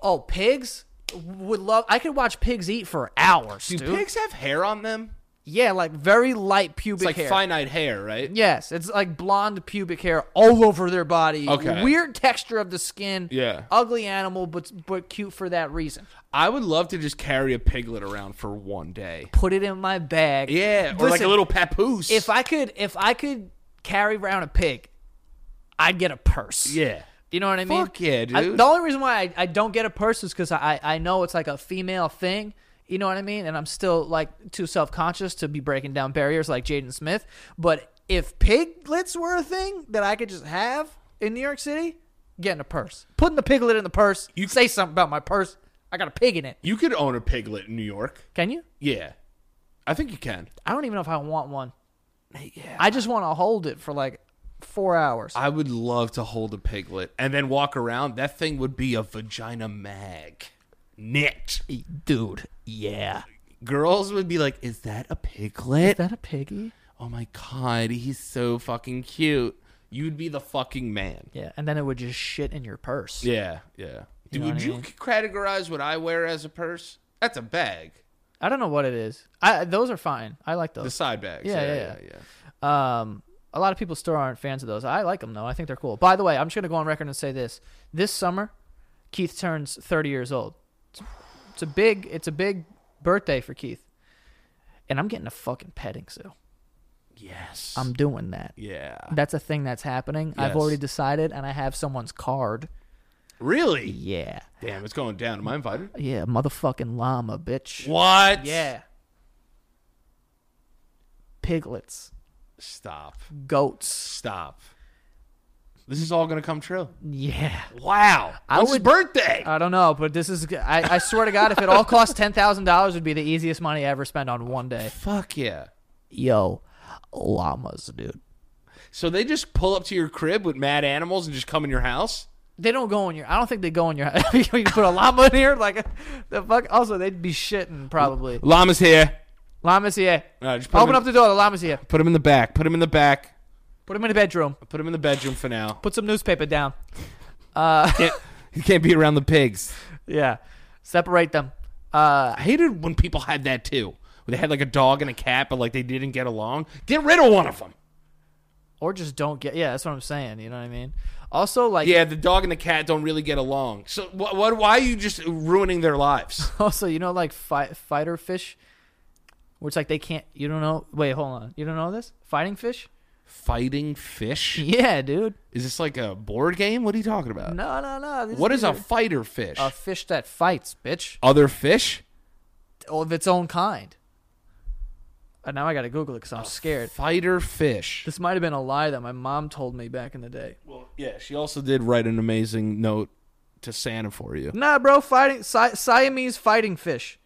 oh, pigs would love. I could watch pigs eat for hours, Do dude. pigs have hair on them? Yeah, like very light pubic It's like hair. finite hair, right? Yes, it's like blonde pubic hair all over their body. Okay. Weird texture of the skin. Yeah. Ugly animal, but but cute for that reason. I would love to just carry a piglet around for one day. Put it in my bag. Yeah, or like a Listen, little papoose. If I could, if I could carry around a pig, I'd get a purse. yeah, You know what I mean? Fuck yeah, I- dude. the only reason why I, I don't get a purse is because I, I know it's like a female thing. You know what I mean? And I'm still like too self conscious to be breaking down barriers like Jaden Smith. But if piglets were a thing that I could just have in New York City, getting a purse, putting the piglet in the purse. You say something about my purse. I got a pig in it. you could own a piglet in New York. Can you? Yeah, I think you can. I don't even know if I want one. Yeah, I just want to hold it for like four hours. I would love to hold a piglet and then walk around. That thing would be a vagina mag, knit. Dude, yeah. Girls would be like, "Is that a piglet? Is that a piggy? oh my god, he's so fucking cute." You'd be the fucking man. Yeah. And then it would just shit in your purse. Yeah, yeah. know Dude, what would I you mean? categorize what I wear as a purse? That's a bag. I don't know what it is. I those are fine. I like The those. side bags. Yeah, yeah, yeah, yeah. yeah. yeah. Um, a lot of people still aren't fans of those. I like them though. I think they're cool. By the way, I'm just gonna go on record and say this: this summer, Keith turns 30 years old. It's a big. It's a big birthday for Keith. And I'm getting a fucking petting zoo. Yes. I'm doing that. yeah. That's a thing that's happening. I've Yes. already decided, and I have someone's card. Really? Yeah, Damn, it's going down. Am I invited? yeah, motherfucking llama, bitch. What? Yeah, piglets, Stop. goats. Stop. This is all gonna come true. Yeah. Wow. I When's his would- Uh, birthday? I don't know, but this is. I, I swear to God, if it all cost ten thousand dollars, would be the easiest money I ever spent on one day. Fuck yeah. Yo, llamas, dude. So they just pull up to your crib with mad animals and just come in your house? They don't go in your. I don't think they go in your. [laughs] you can put a llama in here, like the fuck. Also, they'd be shitting probably. Llama's here. Llamas here. Uh, just put Open him in- up the door. The llamas here. Put him in the back. Put him in the back. Put them in the bedroom. Put him in the bedroom for now. Put some newspaper down. Uh, Can't- [laughs] you can't be around the pigs. yeah. Separate them. Uh, I hated when people had that too. When they had like a dog and a cat, but like they didn't get along. Get rid of one of them. or just don't get. Yeah, that's what I'm saying. You know what I mean? Also, like, Yeah, the dog and the cat don't really get along. So what? what why are you just ruining their lives? [laughs] Also, you know, like fi- fighter fish, where it's like they can't. You don't know. Wait, hold on. You don't know this fighting fish? [laughs] Fighting fish? Yeah, dude. Is this like a board game? What are you talking about? No, no, no. This What is a these fighter fish? are- a fish that fights, bitch, Other fish? of its own kind? And now I gotta Google it because I'm scared. Fighter fish. This might have been a lie that my mom told me back in the day. Well, yeah. She also did write an amazing note to Santa for you. Nah, bro, fighting Si- Siamese fighting fish.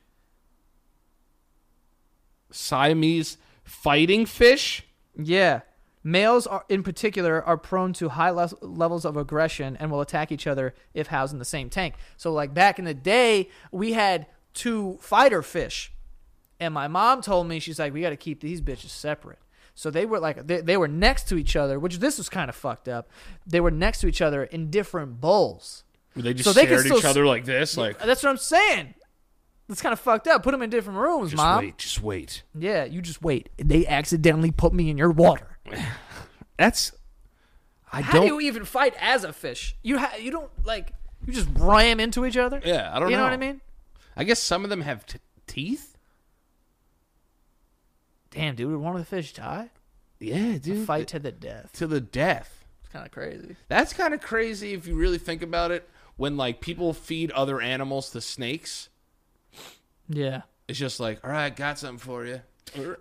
Siamese fighting fish. Yeah. Males are, in particular are prone to high le- levels of aggression and will attack each other if housed in the same tank. So, like back in the day, we had two fighter fish. And my mom told me, she's like, we got to keep these bitches separate. So they were like, they, they were next to each other, which this was kind of fucked up. They were next to each other in different bowls. They just So they can stare at still each other like this, like That's what I'm saying. That's kind of fucked up. Put them in different rooms, just mom. wait, just wait. Yeah, you just wait. They accidentally put me in your water. That's I How don't. do you even fight as a fish? You ha- you don't like you just ram into each other. yeah, I don't you know. know what I mean? I guess some of them have t- teeth. Damn, dude, would one of the fish die? Yeah, dude. Fight to the death. to the death. It's kind of crazy. That's kind of crazy if you really think about it. When like people feed other animals to snakes, Yeah, it's just like, all right, got something for you.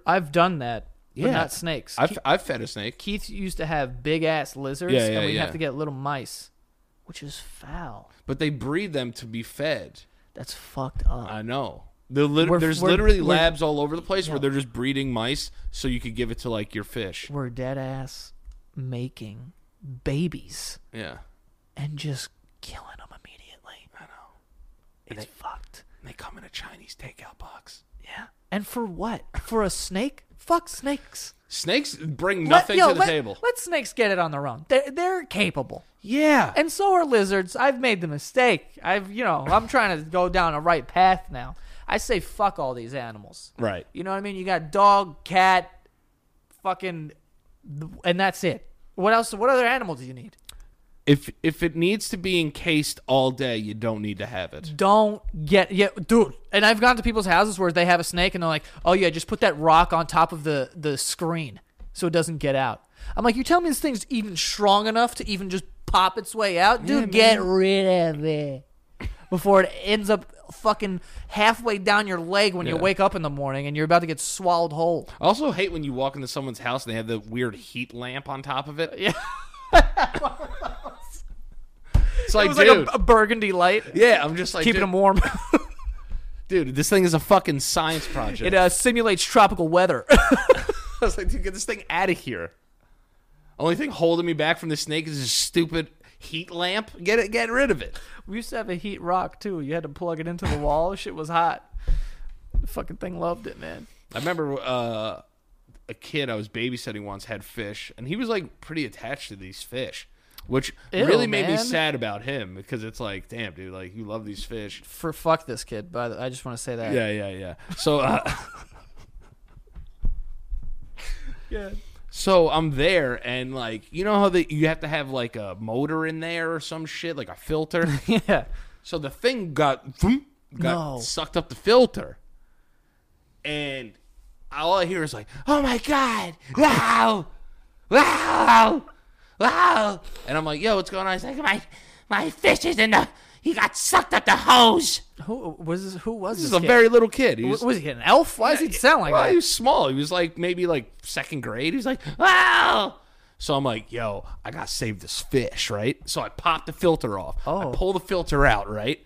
I've done that. Yeah. but not snakes. I've Ke- I've fed a snake. Keith used to have big ass lizards, Yeah, yeah, and we yeah. have to get little mice, which is foul. but they breed them to be fed. That's fucked up. I know. They're lit- We're- there's we're- literally we're- labs all over the place where they're just breeding mice so you could give it to like your fish. We're dead ass making babies Yeah. and just killing them immediately. I know. It's fucked. And they come in a Chinese takeout box. Yeah. And for what? For a snake? Fuck snakes. Snakes bring Let- nothing yo, to the let- table. Let snakes get it on their own. They're, they're capable. yeah. And so are lizards. I've made the mistake. I've, you know, I'm trying to go down a right path now. I say fuck all these animals. right. You know what I mean? You got dog, cat, fucking, and that's it. What else? What other animal do you need? If if it needs to be encased all day, you don't need to have it. Don't get yeah, dude. And I've gone to people's houses where they have a snake and they're like, "Oh yeah, just put that rock on top of the the screen so it doesn't get out." I'm like, "You tell me this thing's even strong enough to even just pop its way out, dude? get rid of it before it ends up fucking halfway down your leg when you Yeah. wake up in the morning and you're about to get swallowed whole." I also hate when you walk into someone's house and they have the weird heat lamp on top of it. [laughs] Yeah. it's It like, was like dude. a, a burgundy light, yeah, I'm just like, keeping dude, them warm. dude, this thing is a fucking science project. [laughs] it uh, simulates tropical [laughs] weather. I was like, dude, get this thing out of here. Only thing holding me back from the snake is this stupid heat lamp. Get it, get rid of it. We used to have a heat rock too. You had to plug it into the wall. Shit was hot. The fucking thing loved it, man. I remember uh, a kid I was babysitting once had fish, and he was like pretty attached to these fish. which Ew, really made me man. sad about him because it's like, damn, dude, like you love these fish. For fuck this kid, by the I just want to say that. Yeah, yeah, yeah. So, uh, [laughs] yeah. So I'm there, and like, you know how that you have to have like a motor in there or some shit, like a [laughs] filter. Yeah. So the thing got vroom, got No. sucked up the filter, and all I hear is like, "Oh my god, wow, wow, wow!" And I'm like, "Yo, what's going on?" He's like, "My, my fish is in the. He got sucked up the hose." [laughs] Who was this? Who was this? This is a kid? very little kid. He W- was, was he an elf? Why does he sound like well, that? He was small. He was like maybe like second grade. He was like, wow. So I'm like, yo, I gotta save this fish, right? So I pop the filter off. Oh. I pull the filter out, right?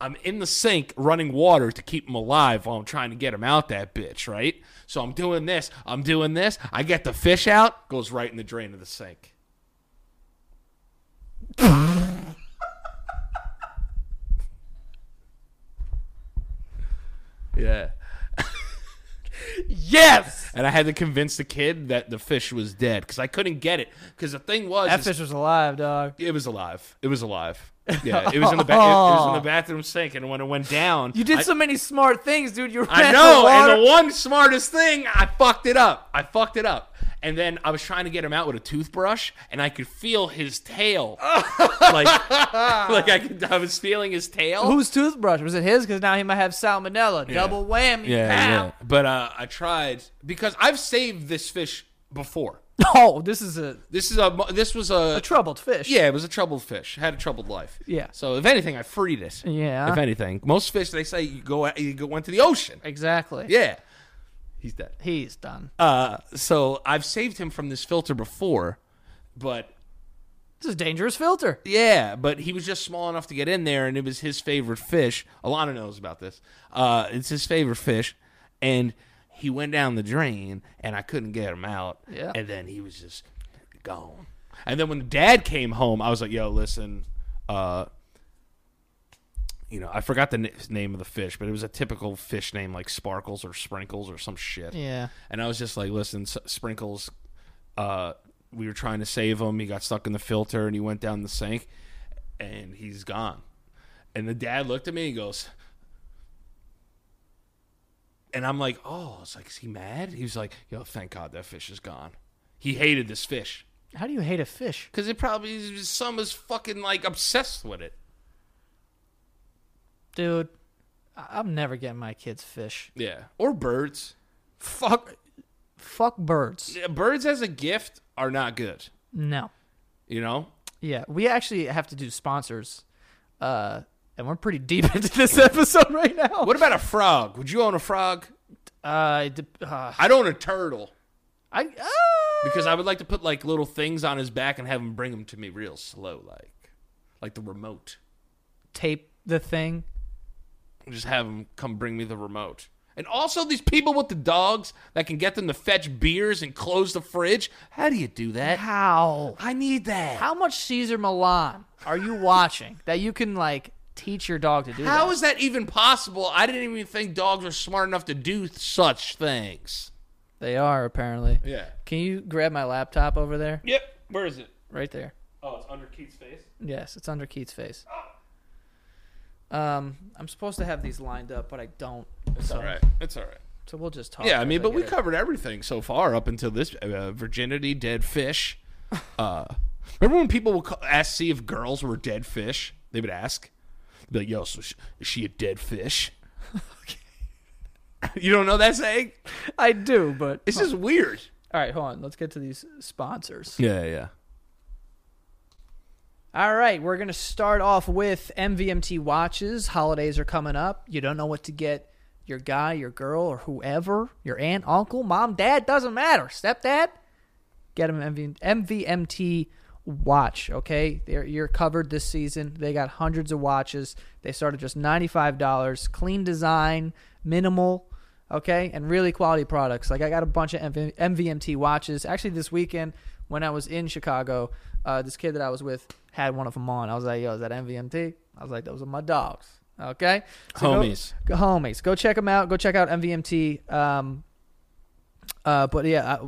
I'm in the sink running water to keep him alive while I'm trying to get him out that bitch, right? So I'm doing this, I'm doing this. I get the fish out, goes right in the drain of the sink. [laughs] yeah. yes. And I had to convince the kid that the fish was dead because I couldn't get it. Because the thing was, That is- fish was alive, dog. it was alive. It was alive. [laughs] Yeah, it was in the ba- it, it was in Oh. the bathroom sink, and when it went down, You did I, so many smart things, dude. You ran I know, The water. and the one smartest thing, I fucked it up. I fucked it up. And then I was trying to get him out with a toothbrush, and I could feel his [laughs] tail, like, like I, could, I was feeling his tail. Whose toothbrush was it? His? Because now he might have salmonella. Double whammy. yeah, Pow. yeah. But uh, I tried because I've saved this fish before. [laughs] Oh, this is a, This is a mo- this was a troubled fish. Yeah, it was a troubled fish. Had a troubled life. Yeah. So if anything, I freed it. Yeah. If anything, most fish they say you go out- you go into the ocean. Exactly. Yeah. He's dead. He's done. Uh, so I've saved him from this filter before, but This is a dangerous filter. yeah, but he was just small enough to get in there, and it was his favorite fish. Alana knows about this. Uh, it's his favorite fish, and he went down the drain, and I couldn't get him out. Yeah. and then he was just gone. And then when Dad came home, I was like, "Yo, listen, uh, you know, I forgot the n- name of the fish, but it was a typical fish name like Sparkles or Sprinkles or some shit." Yeah. And I was just like, listen, S- Sprinkles, uh, we were trying to save him. He got stuck in the filter and he went down the sink and he's gone. And the dad looked at me and goes, and I'm like, oh, it's like, is he mad? He was like, yo, thank God that fish is gone. He hated this fish How do you hate a fish? because it probably his son was fucking like obsessed with it. Dude, I- I'm never getting my kids fish. Yeah. Or birds. Fuck. Fuck birds. Yeah, Birds as a gift are not good, No. you know? Yeah. We actually have to do sponsors. Uh, and we're pretty deep [laughs] into this episode right now. What about a frog? Would you own a frog? Uh, it dep- uh, I'd own a turtle. I. Uh, Because I would like to put like little things on his back and have him bring them to me real slow, like like the remote. tape the thing. Just have him come bring me the remote. And also these people with the dogs that can get them to fetch beers and close the fridge. How do you do that? How? I need that. How much Caesar Milan are you watching that you can like teach your dog to do How that? is that even possible? I didn't even think dogs were smart enough to do such things. They are apparently. Yeah. Can you grab my laptop over there? Yep. Where is it? Right there. Oh, it's under Keith's face. Yes, it's under Keith's face. Um, I'm supposed to have these lined up, but I don't. It's so, all right. It's all right. So we'll just talk. Yeah, I as mean, but we get it. covered everything so far up until this uh, virginity, dead fish. Uh, remember when people would ca- ask see if girls were dead fish? They would ask, They'd be like, "Yo, so sh- is she a [laughs] dead fish?" you don't know that saying? I do, but It's just weird. all right. Hold on. Let's get to these sponsors. Yeah, yeah. All right, we're going to start off with MVMT watches. Holidays are coming up. You don't know what to get your guy, your girl, or whoever, your aunt, uncle, mom, dad, doesn't matter. Stepdad, get him an MV- MVMT watch, okay? They're, you're covered this season. They got hundreds of watches. They start at just $95. Clean design, minimal, okay? And really quality products. Like, I got a bunch of MV- MVMT watches. Actually, this weekend, when I was in Chicago, uh, this kid that I was with had one of them on. I was like, yo, is that MVMT? I was like, those are my dogs, okay? go- Homies. Go, homies. Go check them out. Go check out MVMT. Um, uh, but yeah,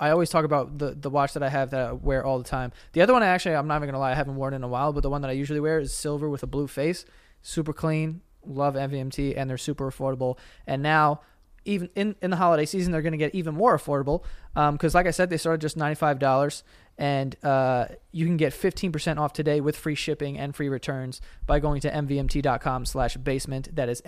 I, I always talk about the the watch that I have that I wear all the time. The other one, I actually, I'm not even gonna lie, I haven't worn in a while. But the one that I usually wear is silver with a blue face. Super clean. Love MVMT, and they're super affordable. And now, even in in the holiday season, they're gonna get even more affordable. Because, like I said, they started just ninety five dollars, and uh, you can get fifteen percent off today with free shipping and free returns by going to mvmt.com/basement. That is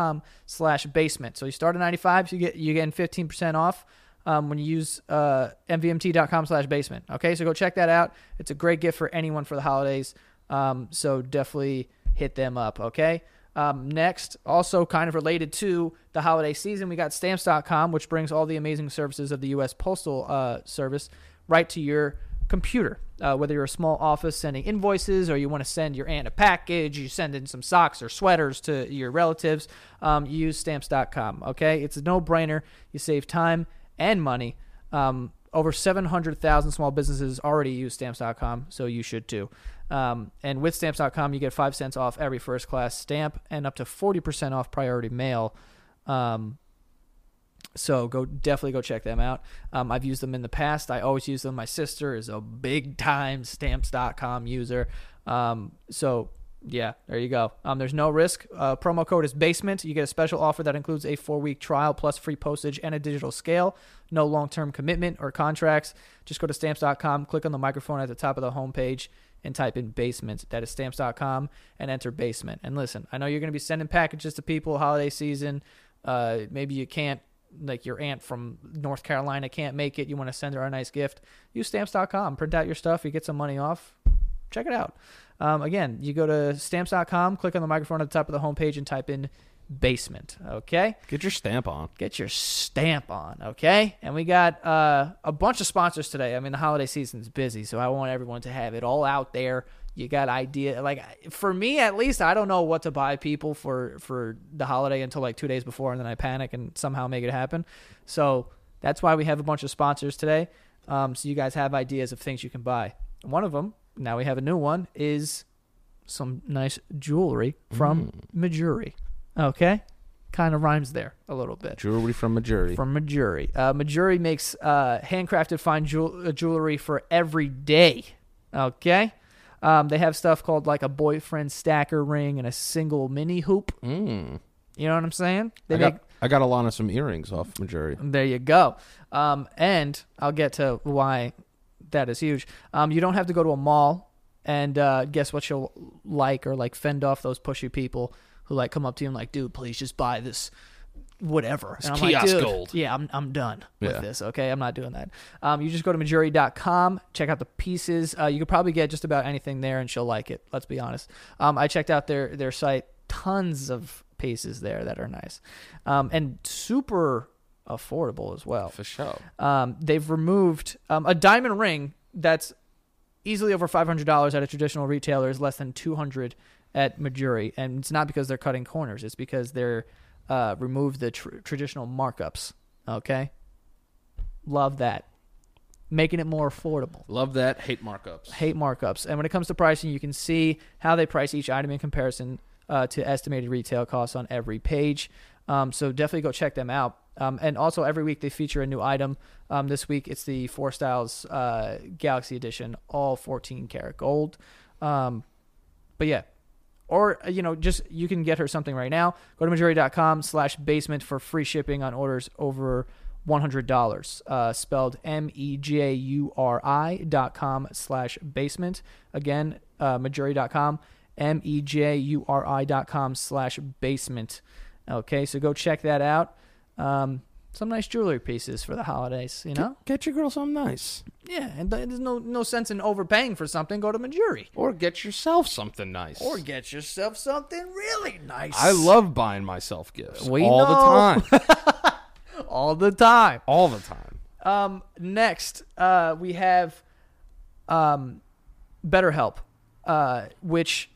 mvmt.com/basement. So you start at ninety five, so you get you getting fifteen percent off um, when you use uh, mvmt.com slash basement okay so go check that out it's a great gift for anyone for the holidays um, so definitely hit them up okay um, next also kind of related to the holiday season we got stamps.com which brings all the amazing services of the us postal uh, service right to your computer uh, whether you're a small office sending invoices or you want to send your aunt a package you send in some socks or sweaters to your relatives um, you use stamps.com okay it's a no-brainer you save time and money. Um, over 700,000 small businesses already use stamps.com, so you should too. Um, and with stamps.com, you get 5 cents off every first class stamp and up to 40% off priority mail. Um, so go definitely go check them out. Um, I've used them in the past. I always use them. My sister is a big time stamps.com user. Um, so yeah, there you go. Um, there's no risk. Uh, promo code is basement. You get a special offer that includes a four week trial plus free postage and a digital scale. No long term commitment or contracts. Just go to stamps.com, click on the microphone at the top of the homepage, and type in basement. That is stamps.com and enter basement. And listen, I know you're going to be sending packages to people holiday season. Uh, maybe you can't like your aunt from North Carolina can't make it, you want to send her a nice gift, use stamps.com. Print out your stuff, you get some money off. Check it out. Um, again, you go to stamps.com, click on the microphone at the top of the homepage, and type in basement. Okay? Get your stamp on. Get your stamp on. Okay? And we got uh, a bunch of sponsors today. I mean, the holiday season's busy, so I want everyone to have it all out there. You got idea like for me at least I don't know what to buy people for for the holiday until like 2 days before and then I panic and somehow make it happen. So that's why we have a bunch of sponsors today. Um, so you guys have ideas of things you can buy. One of them, now we have a new one, is some nice jewelry from Majuri. Okay? Kind of rhymes there a little bit. Jewelry from a jury. From Majuri. Uh, Majuri makes uh, handcrafted fine jewel- uh, jewelry for every day. Okay? Um, they have stuff called like a boyfriend stacker ring and a single mini hoop. Mm. You know what I'm saying? They I, got, I got Alana some earrings off Majuri. there you go. Um, and I'll get to why that is huge. Um, you don't have to go to a mall and uh, guess what you'll like or like fend off those pushy people who like come up to you and like, dude, please just buy this whatever. And I'm like, kiosk "Dude, gold." Yeah, I'm, I'm done with Yeah. this. Okay, I'm not doing that. Um, you just go to majuri.com, check out the pieces. Uh, you could probably get just about anything there, and she'll like it. Let's be honest. Um, I checked out their their site. Tons of pieces there that are nice, um, and super affordable as well. For sure. Um, they've removed um, a diamond ring that's easily over five hundred dollars at a traditional retailer is less than two hundred at Majuri, and it's not because they're cutting corners; it's because they're uh, removed the tr- traditional markups. Okay, love that, making it more affordable. Love that. Hate markups. Hate markups, and when it comes to pricing, you can see how they price each item in comparison uh, to estimated retail costs on every page. Um, so definitely go check them out. Um, and also every week they feature a new item. Um, this week it's the Four Styles uh, Galaxy Edition, all 14 karat gold. Um, but yeah, or uh, you know, just you can get her something right now. Go to majority.com slash basement for free shipping on orders over one hundred dollars. Uh, spelled M E J U R I dot com slash basement. Again, uh, majority.com M E J U R I dot com slash basement. Okay, so go check that out. Um, some nice jewelry pieces for the holidays, you know. Get your girl something nice. Yeah, and th- there's no no sense in overpaying for something. Go to Majuri. Or get yourself something nice. Or get yourself something really nice. I love buying myself gifts. We all know. the [laughs] time. all the time. all the time. Um, next, uh, we have um, BetterHelp, uh, which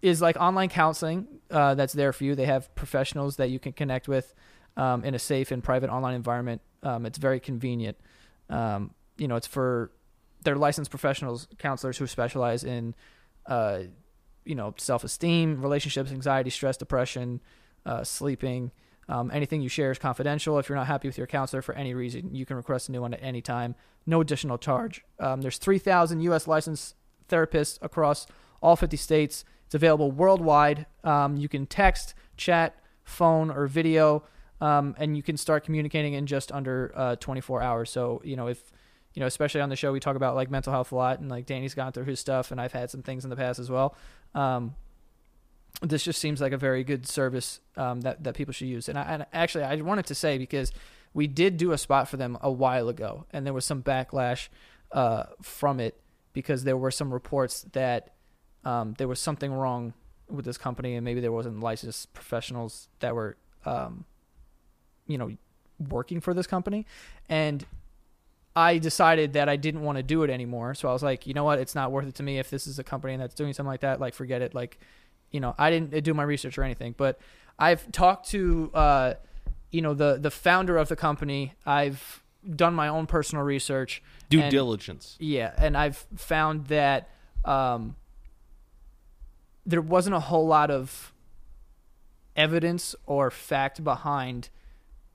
is like online counseling uh, that's there for you. They have professionals that you can connect with um, in a safe and private online environment. Um, it's very convenient. Um, you know, it's for they're licensed professionals, counselors who specialize in, uh, you know, self esteem, relationships, anxiety, stress, depression, uh, sleeping, Um, anything you share is confidential. If you're not happy with your counselor for any reason, you can request a new one at any time. No additional charge. Um, there's 3,000 U.S. licensed therapists across all 50 states. It's available worldwide. Um, you can text, chat, phone, or video, um, and you can start communicating in just under uh, 24 hours. So, you know, if you know, especially on the show, we talk about like mental health a lot, and like Danny's gone through his stuff, and I've had some things in the past as well. Um, this just seems like a very good service um, that that people should use. And, I, and actually, I wanted to say because we did do a spot for them a while ago, and there was some backlash uh, from it because there were some reports that um, there was something wrong with this company, and maybe there wasn't licensed professionals that were, um, you know, working for this company, and. I decided that I didn't want to do it anymore. So I was like, you know what? It's not worth it to me if this is a company that's doing something like that. Like, forget it. Like, you know, I didn't uh, do my research or anything, but I've talked to, uh, you know, the the founder of the company. I've done my own personal research. Due and- diligence. yeah, and I've found that um, there wasn't a whole lot of evidence or fact behind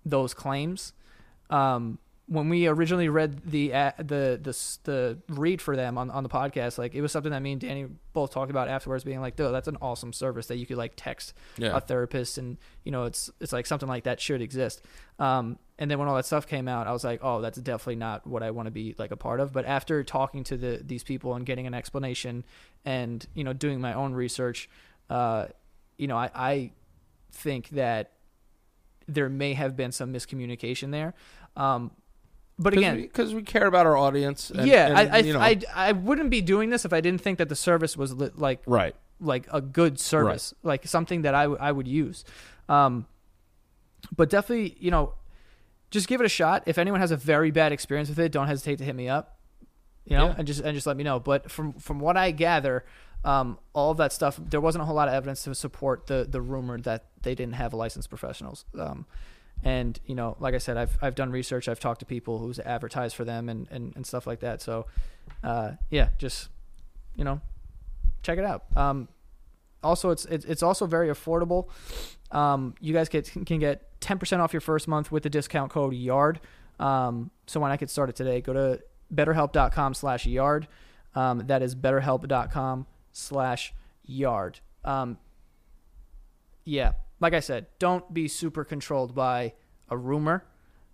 those claims. Um, when we originally read the uh, the the s- the read for them on, on the podcast, like it was something that me and Danny both talked about afterwards, being like, "Dude, that's an awesome service that you could like text Yeah. a therapist and you know it's it's like something like that should exist um and then when all that stuff came out i was like oh that's definitely not what i want to be like a part of but after talking to the these people and getting an explanation and you know doing my own research uh you know i i think that there may have been some miscommunication there um but again because we care about our audience. and- yeah and, I, I, you know, I i wouldn't be doing this if i didn't think that the service was li- like right. like a good service, like something that I w- I would use. Um, but definitely, you know, just give it a shot. If anyone has a very bad experience with it, don't hesitate to hit me up, you know, Yeah. and just and just let me know. But from from what I gather, um, all of that stuff, there wasn't a whole lot of evidence to support the the rumor that they didn't have licensed professionals. Um, and you know, like I said, I've I've done research, I've talked to people who's advertised for them and and, and stuff like that. So, uh, yeah, just you know, check it out. Um, also, it's it's it's also very affordable. Um, you guys get can get ten percent off your first month with the discount code Yard. Um, so when I get started today, go to BetterHelp.com/yard. Um, that is BetterHelp.com/yard. Um, yeah, like I said, don't be super controlled by a rumor.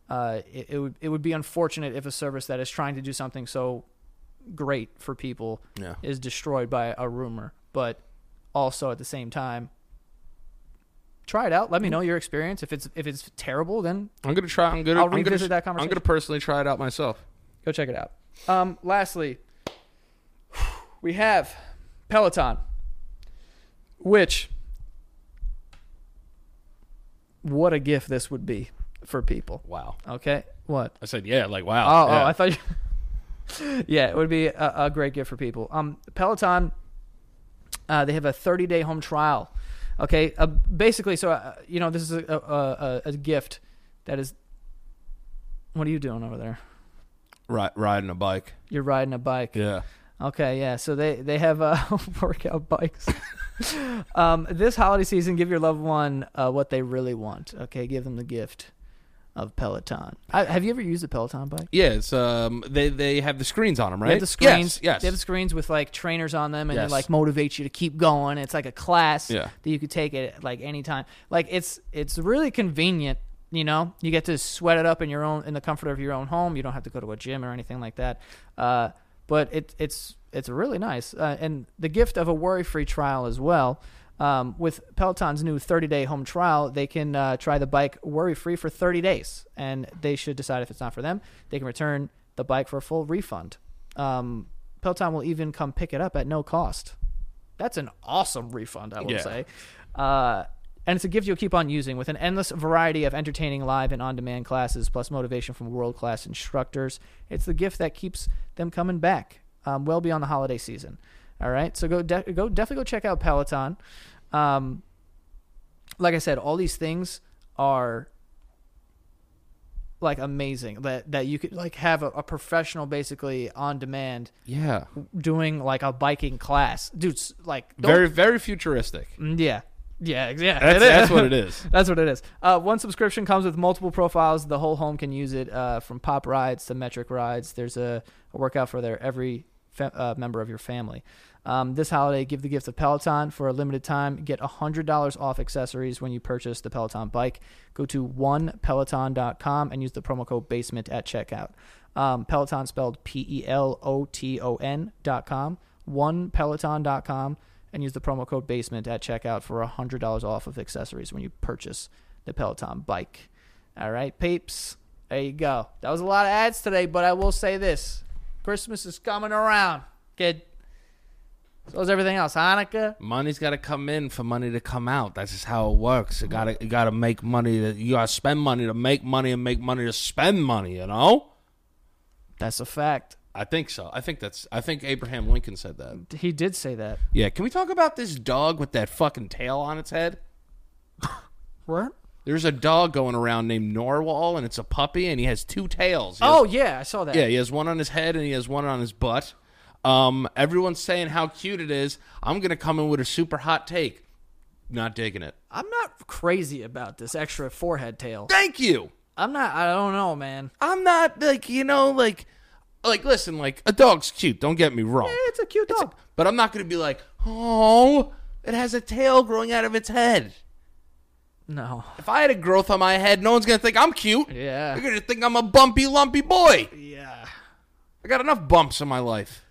Uh, it, it would it would be unfortunate if a service that is trying to do something so great for people Yeah. is destroyed by a rumor. But also at the same time, try it out. Let me know your experience. If it's if it's terrible, then I'm gonna try. I'm gonna. I'll I'm gonna- revisit that I'm gonna conversation. personally try it out myself. go check it out. Um, lastly, we have Peloton, which what a gift this would be for people. Wow. Okay, what? I said, yeah, like wow. Oh, yeah. oh I thought you. [laughs] yeah, it would be a, a great gift for people. Um, Peloton, uh, they have a 30 day home trial. Okay, uh, basically, so uh, you know, this is a, a, a, a gift that is. What are you doing over there? Ri- riding a bike. You're riding a bike. Yeah. Okay, yeah. So they they have uh, [laughs] workout bikes. [laughs] um, this holiday season, give your loved one uh, what they really want. Okay, give them the gift of Peloton. I, have you ever used a Peloton bike? Yeah. It's um. They they have the screens on them, right? They have the screens. Yes. yes. They have the screens with like trainers on them, and Yes. they like motivate you to keep going. It's like a class Yeah. that you could take at like any time. Like it's it's really convenient. You know, you get to sweat it up in your own in the comfort of your own home. You don't have to go to a gym or anything like that. Uh, but it it's it's really nice, uh, and the gift of a worry free trial as well. Um, with Peloton's new 30 day home trial, they can uh, try the bike worry free for 30 days, and they should decide if it's not for them. They can return the bike for a full refund. Um, Peloton will even come pick it up at no cost. That's an awesome refund, I will Yeah. say. Uh, and it's a gift you'll keep on using with an endless variety of entertaining live and on demand classes, plus motivation from world class instructors. It's the gift that keeps them coming back um, well beyond the holiday season. All right, so go de- go definitely go check out Peloton. Um, like I said, all these things are like amazing that that you could like have a, a professional basically on demand Yeah. doing like a biking class, dudes. Like don't- Very very futuristic. Mm, yeah, Yeah, ex- yeah. That's, it is. that's [laughs] what it [laughs] is. That's what it is. Uh, one subscription comes with multiple profiles. The whole home can use it uh, from pop rides to metric rides. There's a, a workout for their every fa- uh, member of your family. Um, this holiday, give the gift of Peloton for a limited time. Get $100 off accessories when you purchase the Peloton bike. Go to onepeloton.com and use the promo code basement at checkout. Um, Peloton spelled P E L O T O N dot com. Onepeloton.com and use the promo code basement at checkout for $100 off of accessories when you purchase the Peloton bike. All right, peeps. There you go. That was a lot of ads today, but I will say this Christmas is coming around, kid. So is everything else. Hanukkah. Money's got to come in for money to come out. That's just how it works. You gotta, you gotta make money. To, you gotta spend money to make money and make money to spend money. You know. That's a fact. I think so. I think that's. I think Abraham Lincoln said that. He did say that. Yeah. Can we talk about this dog with that fucking tail on its head? What? There's a dog going around named Norwal, and it's a puppy, and he has two tails. He has- Oh, yeah, I saw that. yeah, he has one on his head and he has one on his butt. Um, everyone's saying how cute it is. I'm gonna come in with a super hot take. Not digging it. I'm not crazy about this extra forehead tail. Thank you. I'm not, I don't know, man. I'm not like you know like like listen like a dog's cute. Don't get me wrong. It's a cute dog. But I'm not gonna be like oh it has a tail growing out of its head. No. If I had a growth on my head, no one's gonna think I'm cute. Yeah. They're gonna think I'm a bumpy lumpy boy. Yeah. I got enough bumps in my life.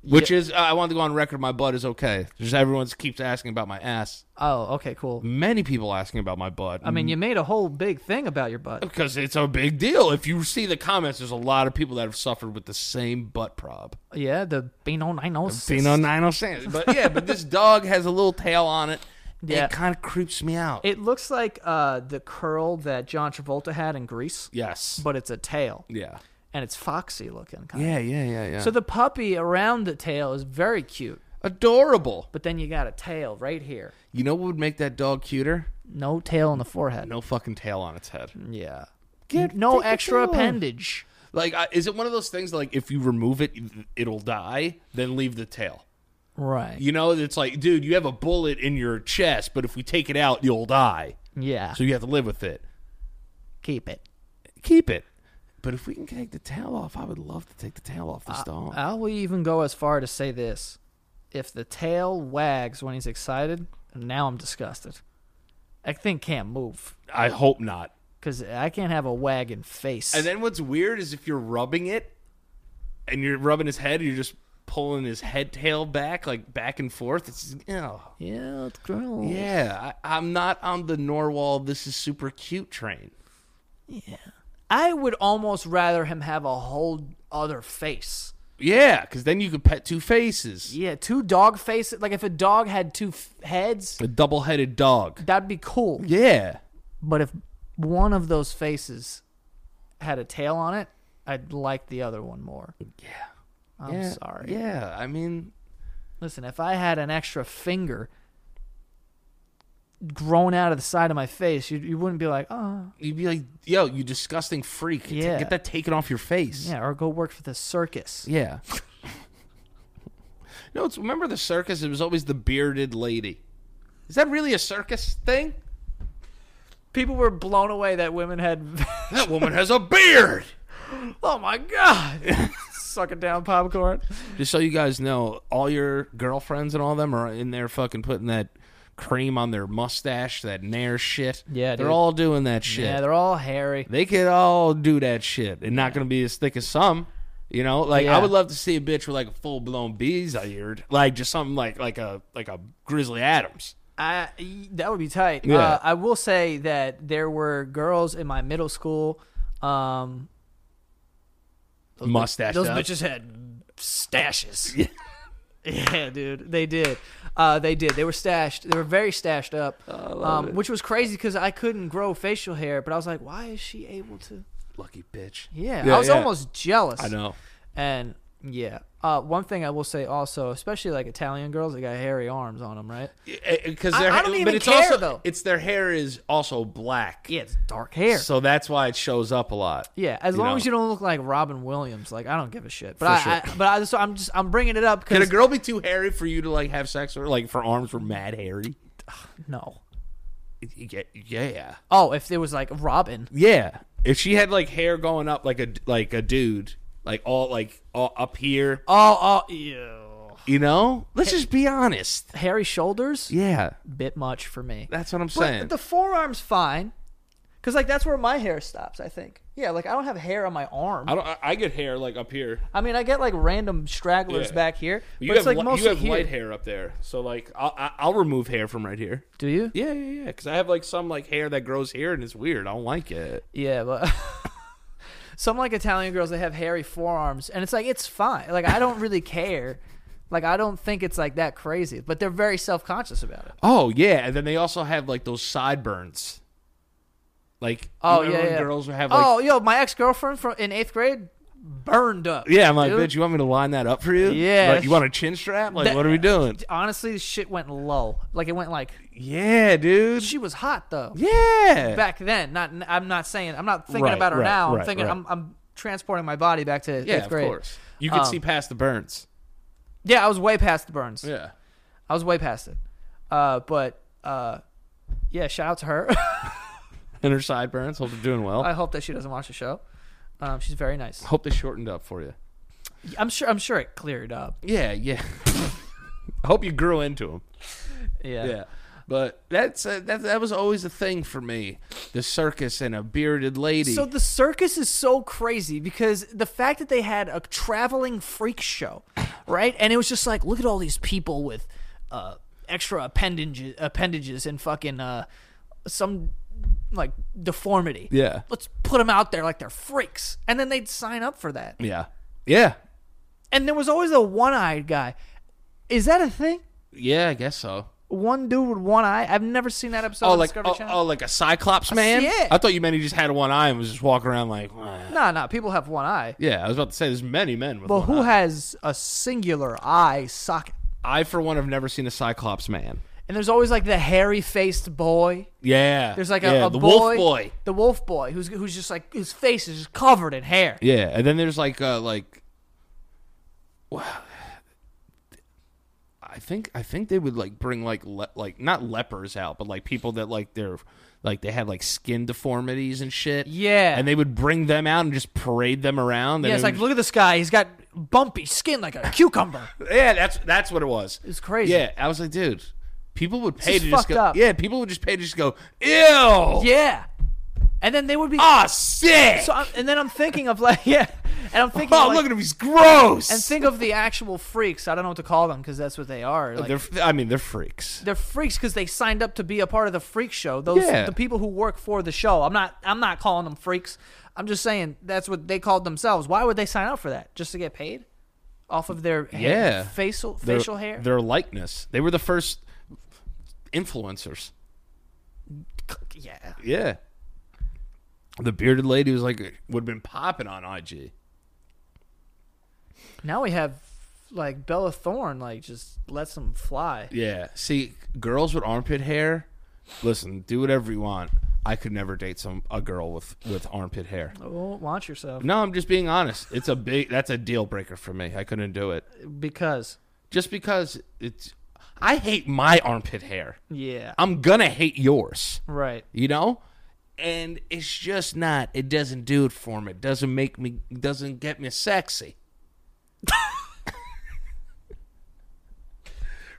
Which is, uh, I wanted to go on record. My butt is okay. Just everyone keeps asking about my ass. Oh, okay, cool. Many people asking about my butt. I mean, you made a whole big thing about your butt. because it's a big deal. If you see the comments, there's a lot of people that have suffered with the same butt prob. Yeah, the Beano Ninos. nine oh But yeah, but this dog has a little tail on it. Yeah. It kind of creeps me out. It looks like uh, the curl that John Travolta had in Greece, yes. but it's a tail, yeah. and it's foxy looking. Kind Yeah. Yeah. Yeah. Yeah. Of. So the puppy around the tail is very cute, adorable. but then you got a tail right here. You know what would make that dog cuter? No tail on the forehead. No fucking tail on its head. Yeah. no take the extra tail off. appendage. Like, I- is it one of those things like if you remove it, it'll die? Then leave the tail. Right. You know, it's like, dude, you have a bullet in your chest, but if we take it out, you'll die. Yeah. So you have to live with it. Keep it. Keep it. But if we can take the tail off, I would love to take the tail off this dog. I'll even go as far to say this: if the tail wags when he's excited, now I'm disgusted. That thing can't move. I hope not. Cause I can't have a wagging face. And then what's weird is if you're rubbing it and you're rubbing his head, you're just pulling his head tail back, like back and forth. It's, you know. yeah, it's gross. Yeah, I, I'm not on the Norwal, this is super cute train. I would almost rather him have a whole other face. Yeah, because then you could pet two faces. Yeah, two dog faces. Like if a dog had two f- heads, A double headed dog. that'd be cool. Yeah. But if one of those faces had a tail on it, I'd like the other one more. Yeah. I'm yeah, sorry. Yeah, I mean, Listen, if I had an extra finger grown out of the side of my face, you, you wouldn't be like, oh, you'd be like, yo, you disgusting freak. T- Yeah. Get that taken off your face. yeah, or go work for the circus. Yeah. [laughs] no, it's remember the circus? It was always the bearded lady. Is that really a circus thing? People were blown away that women had. That woman has a beard. [gasps] oh my god! Sucking down popcorn. [laughs] Just so you guys know, all your girlfriends and all them are in there fucking putting that cream on their mustache, that nair shit. Yeah, they're dude. all doing that shit. Yeah, they're all hairy. they could all do that shit and not gonna be as thick as some. You know, like Yeah. I would love to see a bitch with like a full blown beard, like just something like like a like a Grizzly Adams. I that would be tight. Yeah. Uh, I will say that there were girls in my middle school. Um, mustache. those up. bitches had stashes. [laughs] Yeah. dude, they did. Uh, they did. They were stashed. They were very stashed up, Oh, um, which was crazy because I couldn't grow facial hair. But I was like, why is she able to? Lucky bitch. Yeah, Yeah, I was yeah. almost jealous. I know. And yeah, uh, one thing I will say also, especially like Italian girls, they got hairy arms on them, right? Because I- Eh, their I don't but even it's care, also, though. It's their hair is also black. Yeah, it's dark hair. So that's why it shows up a lot. yeah, as long know. as you don't look like Robin Williams, like I don't give a shit. But I, I, but I, so I'm just I'm bringing it up Could a because girl be too hairy for you to like have sex or like for arms were mad hairy? No. Yeah, yeah. Oh, if it was like Robin. Yeah. If she had like hair going up like a like a dude, like all like all up here, Oh, oh, ew. you know. Let's just be honest. Hairy shoulders? Yeah, Bit much for me. that's what I'm But saying. the forearm's fine. Because, like, that's where my hair stops, I think. Yeah, like, I don't have hair on my arm. I I, don't. I- I get hair like up here. mean, I get, like, random stragglers Yeah. back here. But You it's, have like, li- mostly you have here. light hair up there, so like I'll I- I'll remove hair from right here. Do you? Yeah, yeah, yeah. Because I have like some like hair that grows here, and it's weird. I don't like it. Yeah, but [laughs] some like Italian girls they have hairy forearms, and it's like it's fine. Like I don't really care. Like I don't think it's like that crazy, but they're very self conscious about it. Oh yeah, and then they also have like those sideburns. Like Oh remember yeah, when yeah. girls would have like oh yo, my ex girlfriend from in eighth grade burned up. yeah. I'm like, dude. bitch, you want me to line that up for you? Yeah. Like, you want a chin strap? Like, That- what are we doing? Honestly, the shit went low. Like it went like Yeah, dude. she was hot though. Yeah. Back then, not I'm not saying I'm not thinking Right, about her right, now. I'm right, thinking right. I'm, I'm transporting my body back to yeah, eighth of grade. course. You can Um, see past the burns. Yeah, I was way past the burns. Yeah. I was way past it. Uh, but uh, yeah, shout out to her. [laughs] And her sideburns. Hope they're doing well. I hope that she doesn't watch the show. Um, she's very nice. hope they shortened up for you. I'm sure. I'm sure it cleared up. Yeah, yeah. I [laughs] hope you grew into them. Yeah. Yeah. But that's uh, that. That was always a thing for me. The circus and a bearded lady. So the circus is so crazy because the fact that they had a traveling freak show, right? And it was just like, look at all these people with uh, extra appendages, appendages, and fucking uh, some like deformity. yeah. Let's put them out there like they're freaks, and then they'd sign up for that. Yeah. Yeah. And there was always a one-eyed guy. Is that a thing? Yeah. I guess so. One dude with one eye. I've never seen that episode. Oh, on like Discovery oh, Channel. oh, like a cyclops man. yeah. I thought you meant he just had one eye and was just walking around like. "Wah." Nah, nah. People have one eye, Yeah, I was about to say there's many men with. but one who eye. has a singular eye socket? I for one have never seen a cyclops man. And there's always like the hairy-faced boy. Yeah. There's like a, yeah, a the boy, wolf boy. the wolf boy, who's who's just like his face is just covered in hair. Yeah, and then there's like uh like wow. I think I think they would like bring like le- like not lepers out, but like people that like they're like they had like skin deformities and shit. Yeah. And they would bring them out and just parade them around. Yeah, and it's it like would- look at this guy. He's got bumpy skin like [laughs] a cucumber. Yeah, that's that's what it was. It's crazy. Yeah, I was like, dude, people would pay is to just fucked go. up. Yeah, people would just pay to just go. Ew. yeah, and then they would be. Ah, sick. So I'm, and then I'm thinking of like [laughs] yeah, and I'm thinking. oh, like, look at him. He's gross. And think of the actual freaks. I don't know what to call them because that's what they are. Like, they're. they're, f- I mean, they're freaks. freaks because they signed up to be a part of the freak show. Those Yeah. the people who work for the show. I'm not. I'm not calling them freaks. I'm just saying that's what they called themselves. Why would they sign up for that? Just to get paid off of their hair, Yeah. facial their- facial hair. their likeness. They were the first influencers. yeah. Yeah. The bearded lady was like would have been popping on IG. Now we have like Bella Thorne like just lets them fly. Yeah. See, girls with armpit hair, listen, do whatever you want. I could never date some a girl with with armpit hair. Oh, launch yourself No, I'm just being honest. It's a big that's a deal breaker for me. I couldn't do it. because Just because it's I hate my armpit hair. yeah I'm gonna hate yours. right you know and it's just not it doesn't do it for me it doesn't make me doesn't get me [laughs] sexy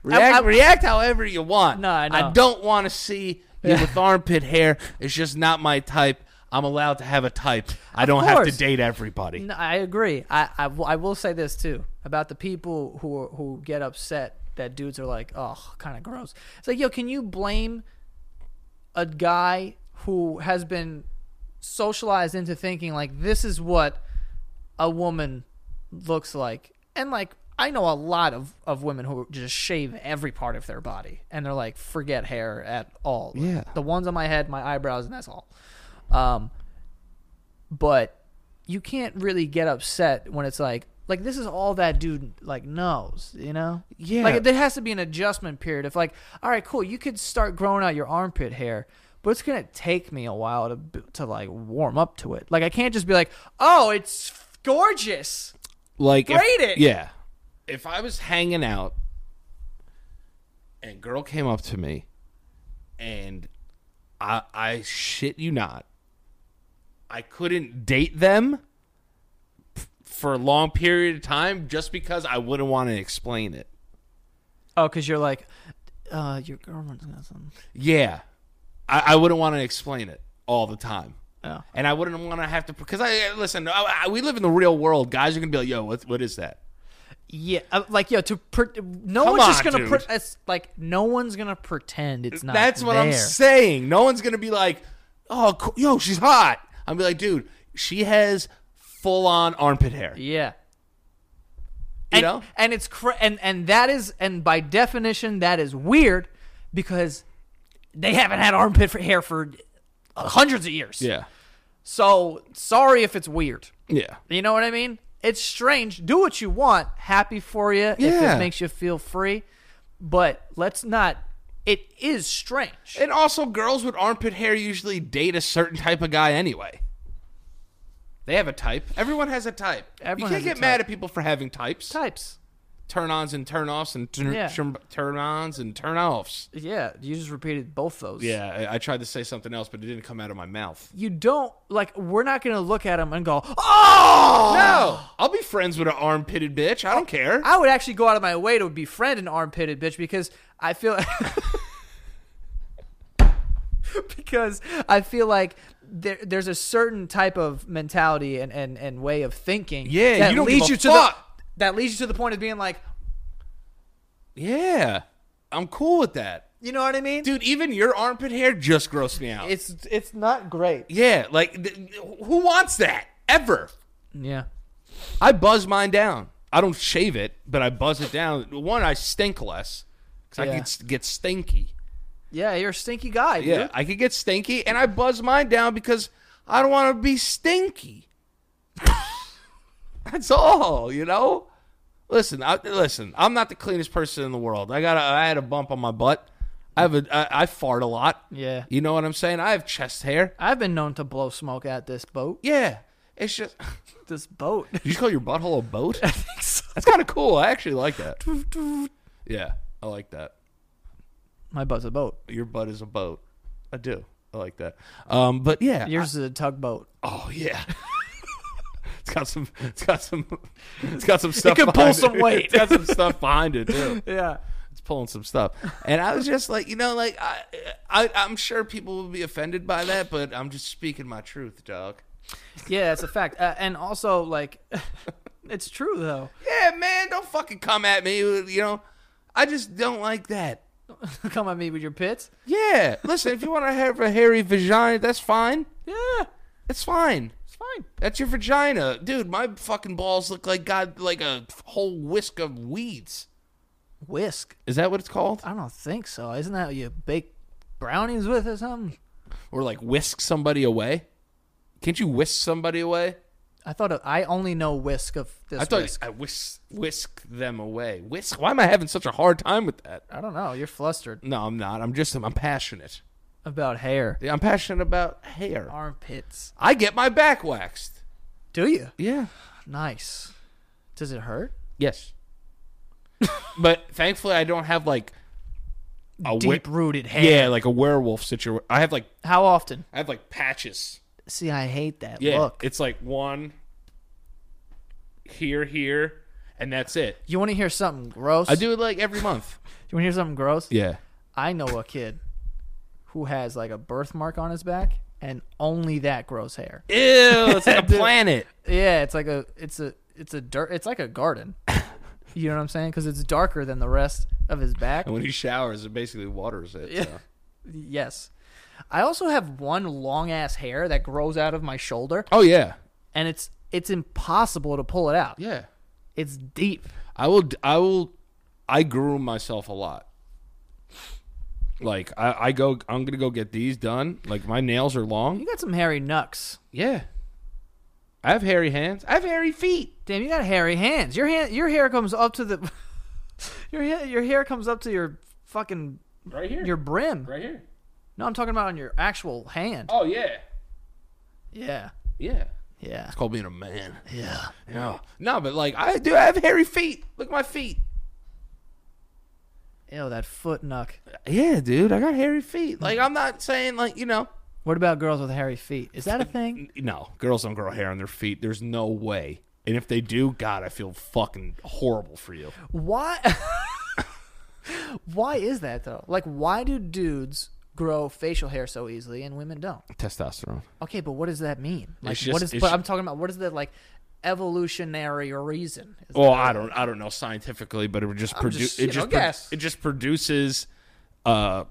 react, I'm- I'm- react however you want No, I know. don't want [laughs] to see you with armpit hair it's just not my type i'm allowed to have a type i don't have to course. date everybody No, I agree. I, I, w- I will say this too about the people who are, who get upset that dudes are like, oh, kind of gross. It's like, yo, can you blame a guy who has been socialized into thinking like this is what a woman looks like, and like I know a lot of of women who just shave every part of their body and they're like, forget hair at all. Yeah. the ones on my head, my eyebrows, and that's all. Um, but you can't really get upset when it's like like this is all that dude like knows you know Yeah. like there has to be an adjustment period of like all right cool you could start growing out your armpit hair but it's gonna take me a while to b- to like warm up to it like i can't just be like oh it's gorgeous like if- Grade it. yeah if i was hanging out and a girl came up to me and I I shit you not, I couldn't date them f- for a long period of time just because I wouldn't want to explain it. Oh, because you're like, uh, your girlfriend's got something. Yeah, I, I wouldn't want to explain it all the time. Oh. And I wouldn't want to have to because I listen. I, I, we live in the real world. Guys are gonna be like, "Yo, what what is that?" Yeah, uh, like yo, to per- no Come one's just on, gonna dude. pre- it's like no one's gonna pretend it's not. That's what I'm there. saying. No one's gonna be like, "Oh, co- yo, she's hot." I'm be like, "Dude, she has full on armpit hair." You Yeah, and, know? and it's cra- and and that is and by definition that is weird because they haven't had armpit for hair for hundreds of years. Yeah. So sorry if it's weird. Yeah. You know what I mean? It's strange. Do what you want. Happy for you if Yeah. it makes you feel free. But let's not. It is strange. And also, girls with armpit hair usually date a certain type of guy anyway. They have a type. Everyone has a type. Everyone you has can't a get type. mad at people for having types. Types. Turn ons and turn offs and turn, Yeah. turn ons and turn offs. Yeah, you just repeated both those. Yeah, I, I tried to say something else, but it didn't come out of my mouth. You don't like. We're not gonna look at them and go, "Oh No, I'll be friends with an armpitted bitch. I don't care. I would actually go out of my way to befriend an armpitted bitch because I feel [laughs] because I feel like there, there's a certain type of mentality and, and, and way of thinking. Yeah, that you don't leads give a you to fuck. the that leads you to the point of being like, Yeah, I'm cool with that. you know what I mean? Dude, even your armpit hair just grossed me out. It's it's not great. yeah, like, th- who wants that ever? Yeah. I buzz mine down. I don't shave it, but I buzz it down. One, I stink less because Yeah. I could get stinky. Yeah, you're a stinky guy, dude. Yeah, I could get stinky, and I buzz mine down because I don't want to be stinky. [laughs] That's all, you know. Listen, I, listen. I'm not the cleanest person in the world. I got. A, I had a bump on my butt. I have a. I, I fart a lot. Yeah. You know what I'm saying? I have chest hair. I've been known to blow smoke at this boat. Yeah. It's just. [laughs] This boat. Did you call your butthole a boat? That's kind of cool. I actually like that. Yeah, I like that. My butt's a boat. Your butt is a boat. I do. I like that. Um, but yeah, Yours is a tugboat. Oh yeah. [laughs] it's got some. It's got some. It's got some stuff. could pull behind some weight. [laughs] it's got some stuff behind it too. Yeah. It's pulling some stuff. And I was just like, you know, like I, I I'm sure people will be offended by that, but I'm just speaking my truth, dog. Yeah, that's a fact. Uh, and also, like, [laughs] it's true though. [laughs] Yeah, man, don't fucking come at me. You know, I just don't like that. Come at me with your pits. Yeah, listen, if you want to have a hairy vagina, that's fine. Yeah, That's fine. it's fine. That's your vagina, dude. My fucking balls look like god, like a whole whisk of weeds. Whisk. Is that what it's called? I don't think so. Isn't that what you bake brownies with or something? Or like whisk somebody away? Can't you whisk somebody away? I thought it, I only know whisk of this. I thought whisk. I whisk whisk them away. Whisk. Why am I having such a hard time with that? I don't know. You're flustered No, I'm not. I'm just I'm passionate. about hair, Yeah, I'm passionate about hair. armpits. I get my back waxed. Do you? Yeah. Nice. Does it hurt? Yes. [laughs] but thankfully, I don't have like a wer- Deep rooted hair. yeah, like a werewolf situation. I have like How often? I have like patches. See, I hate that Yeah, look. it's like one here, here, and that's it. You want to hear something gross? I do it like every month. You want to hear something gross? Yeah. I know a kid who has like a birthmark on his back and only that grows hair. Ew, it's [laughs] like a planet. Yeah, it's like a it's a it's a dirt it's like a [laughs] garden. You know what I'm saying? Cuz it's darker than the rest of his back. And when he showers, it basically waters it. Yeah. Yes. I also have one long ass hair that grows out of my shoulder Oh yeah, and it's it's impossible to pull it out. yeah. It's deep. I will. I will. I groom myself a lot. Like I, I go. I'm gonna go get these done. Like my nails are long. You got some hairy nucks. Yeah. I have hairy hands. I have hairy feet. Damn, you got hairy hands. Your hand your hair comes up to the [laughs] your hair, your hair comes up to your fucking Right here. your brim. right here. No, I'm talking about on your actual hand. Oh yeah. Yeah. Yeah. Yeah. It's called being a man. Yeah. No, no, but like I do. I have hairy feet. Look at my feet. Ew, that foot knuck. Yeah, dude, I got hairy feet. Like I'm not saying like you know. What about girls with hairy feet? Is that a [laughs] thing? No, girls don't grow hair on their feet. There's no way. And if they do, God, I feel fucking horrible for you. Why? [laughs] why is that though? Like, why do dudes grow facial hair so easily and women don't? testosterone. Okay, but what does that mean? Like, It's just- what is? it's But ju- I'm talking about what is the like evolutionary reason? Is Well, I don't, I don't know scientifically, but it would just produce. just, It you just, know, pro- guess. it just produces, uh,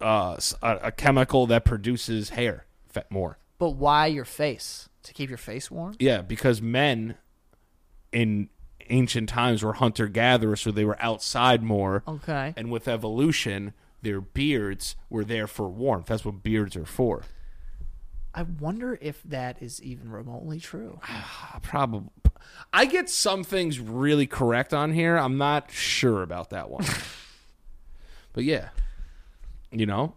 uh, s- a, a chemical that produces hair fa- more. But why your face? To keep your face warm? Yeah, because men in ancient times were hunter gatherers, so they were outside more. Okay. And with evolution, their beards were there for warmth. That's what beards are for. I wonder if that is even remotely true. Probably. I get some things really correct on here. I'm not sure about that one. but yeah. You know,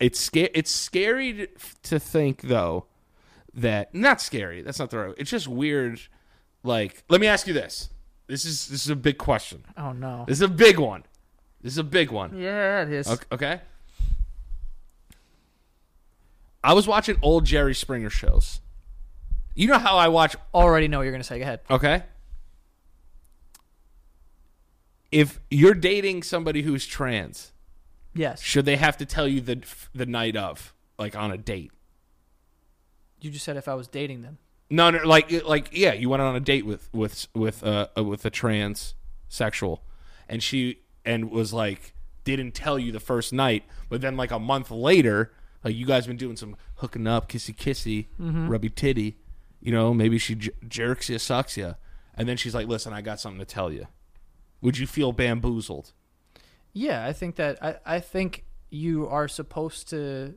it's sca- it's scary to- to think though that not scary. That's not the right. It's just weird like let me ask you this. This is this is a big question. Oh no. This is a big one. This is a big one. Yeah, it is. Okay. okay. I was watching old Jerry Springer shows. You know how I watch Already know what you're gonna say. Go ahead. Okay. If you're dating somebody who's trans, Yes. should they have to tell you the the night of, like on a date? You just said if I was dating them. No, no, like like yeah, you went on a date with with with uh with a trans sexual, and she and was like didn't tell you the first night, but then like a month later, like you guys been doing some hooking up, kissy kissy, Mm-hmm. rubby titty, you know, maybe she j- jerks you, sucks you, and then she's like, "Listen, I got something to tell you." Would you feel bamboozled? Yeah, I think that I, I think you are supposed to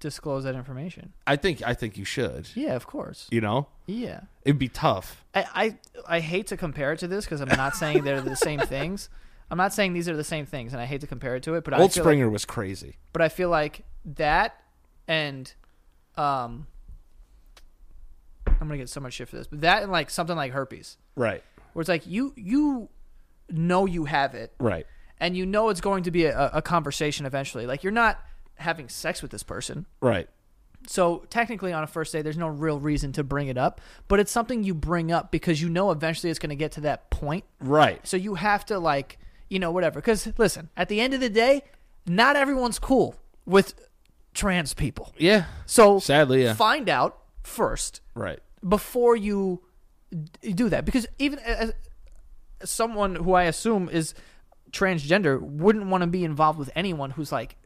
disclose that information. I think I think you should. Yeah, of course. You know, Yeah. it'd be tough. I, I, I hate to compare it to this because I'm not saying they're the [laughs] same things. I'm not saying these are the same things, and I hate to compare it to it. But I Old feel like- Springer was crazy. but I feel like that and um, I'm gonna get so much shit for this. But that and like something like herpes, Right. where it's like you you know you have it, Right. and you know it's going to be a, a conversation eventually. Like you're not having sex with this person, Right. so technically, on a first date, there's no real reason to bring it up, but it's something you bring up because you know eventually it's going to get to that point. Right. So you have to like, you know, whatever. Because listen, at the end of the day, not everyone's cool with trans people. Yeah. So Sadly, yeah. find out first Right. before you d- do that because even as as someone who I assume is transgender wouldn't want to be involved with anyone who's like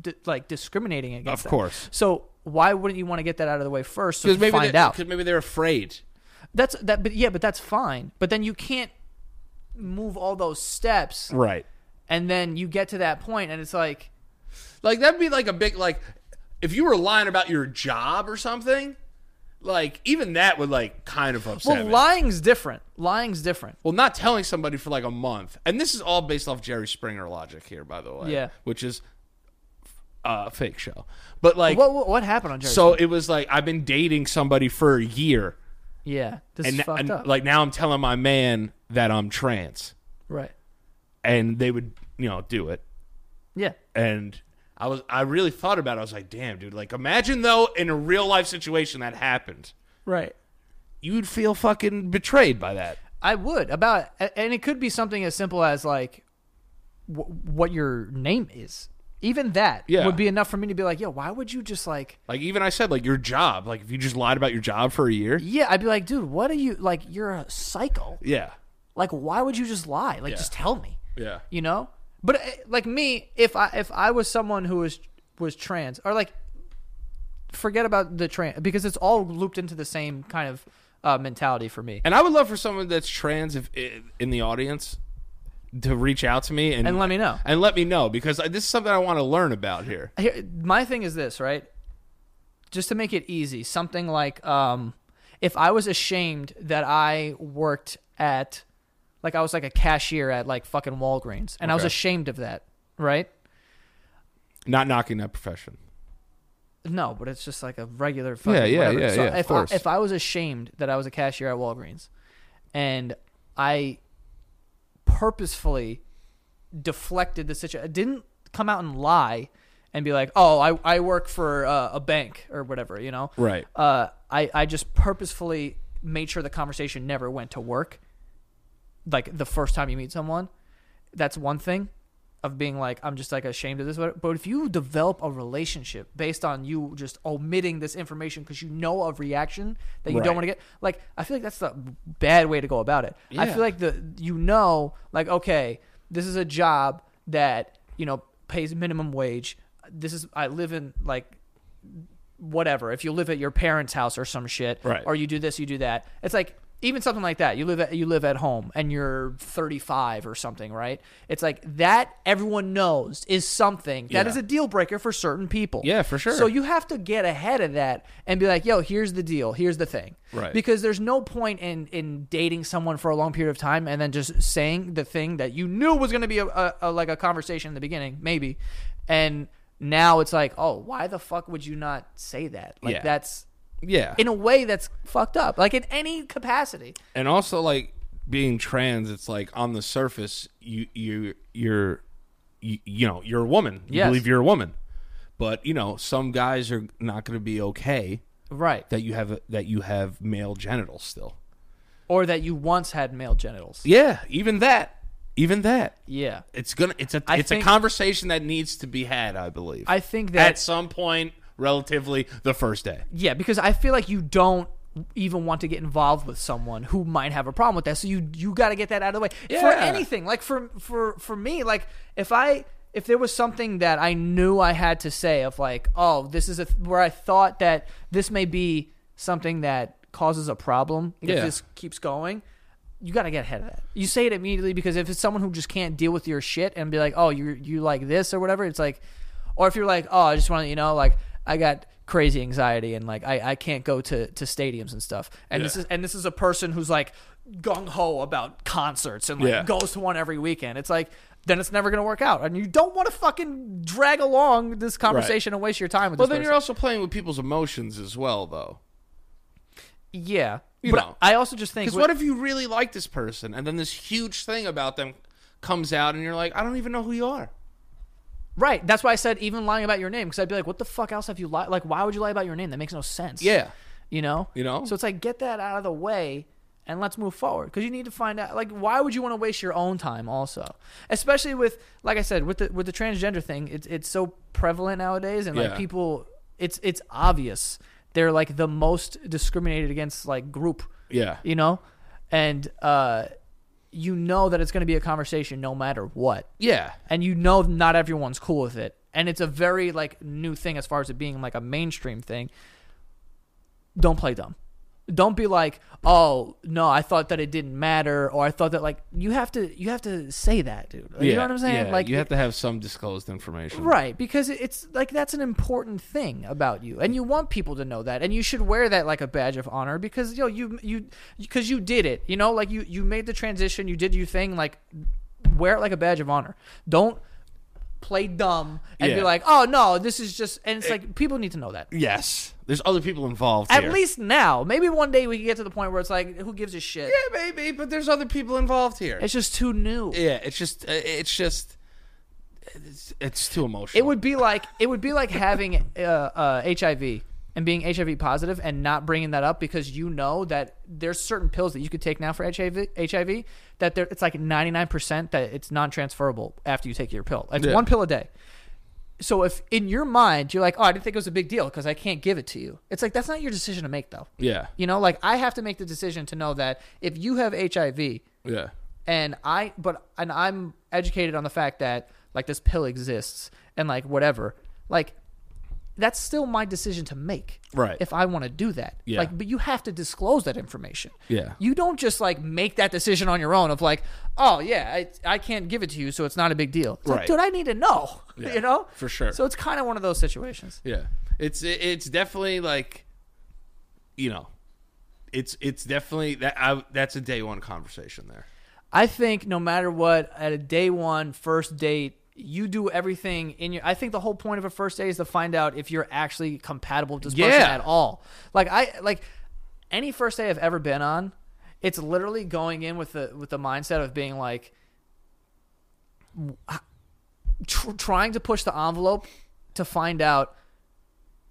di- like discriminating against Of them. course. so why wouldn't you want to get that out of the way first so Because to maybe find they, out Because maybe they're afraid. that's that but yeah but that's fine but then you can't move all those steps Right. and then you get to that point and it's like Like that'd be like a big like if you were lying about your job or something, like even that would like kind of upset well me. lying's different lying's different well, not telling somebody for like a month, and this is all based off Jerry Springer logic here, by the way. Yeah. Which is uh, a fake show, but like what what, what happened on Jerry so it was like I've been dating somebody for a year, yeah this and, is fucked and up like now I'm telling my man that I'm trans, right and they would you know do it. yeah and I was I really thought about it. I was like, damn, dude, like imagine though in a real life situation that happened. right You'd feel fucking betrayed by that. I would about, and it could be something as simple as like w- what your name is. Even that Yeah. would be enough for me to be like, yo, why would you just like? Like even I said, like your job, like if you just lied about your job for a year. Yeah, I'd be like, dude, what are you like? You're a psycho. Yeah. Like, why would you just lie? Like, Yeah. just tell me. Yeah. You know. But uh, like me, if I if I was someone who was was trans or like, forget about the trans because it's all looped into the same kind of uh, mentality for me. And I would love for someone that's trans if in the audience to reach out to me and, And let me know. And let me know because I, this is something I want to learn about here. Here, my thing is this, right? Just to make it easy, something like um, if I was ashamed that I worked at, like, I was like a cashier at like fucking Walgreens, and I was Okay. ashamed of that, right? Not knocking that profession. No, but it's just like a regular fucking Yeah, yeah, whatever. yeah, so yeah, of if course. I, if I was ashamed that I was a cashier at Walgreens, and I purposefully deflected the situation. Didn't come out and lie and be like, "Oh, I I work for uh, a bank or whatever," you know. Right. Uh, I I just purposefully made sure the conversation never went to work. Like the first time you meet someone, that's one thing of being like I'm just like ashamed of this but but if you develop a relationship based on you just omitting this information cuz you know of reaction that you Right. don't want to get like I feel like that's the bad way to go about it. I Yeah. feel like the you know like okay, this is a job that, you know, pays minimum wage. This is I live in like whatever. If you live at your parents' house or some shit, Right. or you do this, you do that. It's like even something like that. You live at you live at home and you're 35 or something, right? It's like that everyone knows is something that Yeah. is a deal breaker for certain people. Yeah, for sure. So you have to get ahead of that and be like, "Yo, here's the deal. Here's the thing." Right. Because there's no point in in dating someone for a long period of time and then just saying the thing that you knew was going to be a, a, a like a conversation in the beginning, maybe, and now it's like, oh, why the fuck would you not say that? Like Yeah. that's Yeah. in a way that's fucked up. Like in any capacity. and also like being trans it's like on the surface you you you're you, you know you're a woman you Yes. believe you're a woman but you know some guys are not going to be okay Right. that you have that you have male genitals still Or that you once had male genitals. yeah even that even that Yeah. it's gonna it's a I it's think- a conversation that needs to be had i believe I think that at some point relatively the first day Yeah, because I feel like you don't even want to get involved with someone who might have a problem with that. So you you got to get that out of the way for Yeah. anything. Like for for for me, like if I if there was something that I knew I had to say of like, oh, this is a th- where I thought that this may be something that causes a problem if Yeah. this keeps going. You got to get ahead of that. You say it immediately because if it's someone who just can't deal with your shit and be like, "Oh, you you like this or whatever," it's like, or if you're like, "Oh, I just want to, you know, like I got crazy anxiety and like I, I can't go to, to stadiums and stuff." And this Yeah. is and this is a person who's like gung ho about concerts and like Yeah. goes to one every weekend. It's like then it's never gonna work out, and you don't want to fucking drag along this conversation and waste your time with. well this then person. you're also playing with people's emotions as well though yeah. You but know. I also just think Because what if you really like this person and then this huge thing about them comes out and you're like, I don't even know who you are. Right. That's why I said even lying about your name because I'd be like, what the fuck else have you lied? Like, why would you lie about your name? That makes no sense. Yeah. You know. You know? So it's like get that out of the way and let's move forward because you need to find out. Like, why would you want to waste your own time? Also, especially with like I said with the with the transgender thing, it's it's so prevalent nowadays and like Yeah. people, it's it's obvious they're like the most discriminated against like group. Yeah. You know, and uh, you know that it's going to be a conversation no matter what Yeah. and you know not everyone's cool with it and it's a very like new thing as far as it being like a mainstream thing don't play dumb don't be like oh no i thought that it didn't matter or i thought that like you have to you have to say that dude you know what i'm saying Yeah. like you have to have some disclosed information. right because it- it's like that's an important thing about you and you want people to know that and you should wear that like a badge of honor because yo you you because you did it you know like you you made the transition you did your thing like wear it like a badge of honor don't play dumb and be Yeah. like oh no this is just and it's like people need to know that Yes. There's other people involved. at here. least now maybe one day we can get to the point where it's like who gives a shit Yeah, maybe, but there's other people involved here. it's just too new yeah, it's just, uh, it's just, it's, it's too emotional. It would be like it would be like having uh, uh, HIV and being HIV positive and not bringing that up because you know that there's certain pills that you could take now for HIV, HIV that there it's like 99% that it's non-transferable after you take your pill. It's Yeah. one pill a day. So if in your mind you're like, "Oh, I didn't think it was a big deal because I can't give it to you." It's like that's not your decision to make though. Yeah. You know, like I have to make the decision to know that if you have HIV, Yeah. and I but and I'm educated on the fact that like this pill exists and like whatever like that's still my decision to make Right. if I want to do that Yeah. like but you have to disclose that information Yeah. you don't just like make that decision on your own of like oh yeah I, I can't give it to you so it's not a big deal It's like, Right. dude I need to know [laughs] Yeah, you know for sure. so it's kind of one of those situations Yeah. It's, it- it's definitely like, you know, it's, it's definitely that. I, that's a day one conversation there. I think no matter what, at a day one first date, you do everything in your. I think the whole point of a first date is to find out if you're actually compatible with this person Yeah. at all. Like I like any first date I've ever been on, it's literally going in with the with the mindset of being like, tr- trying to push the envelope to find out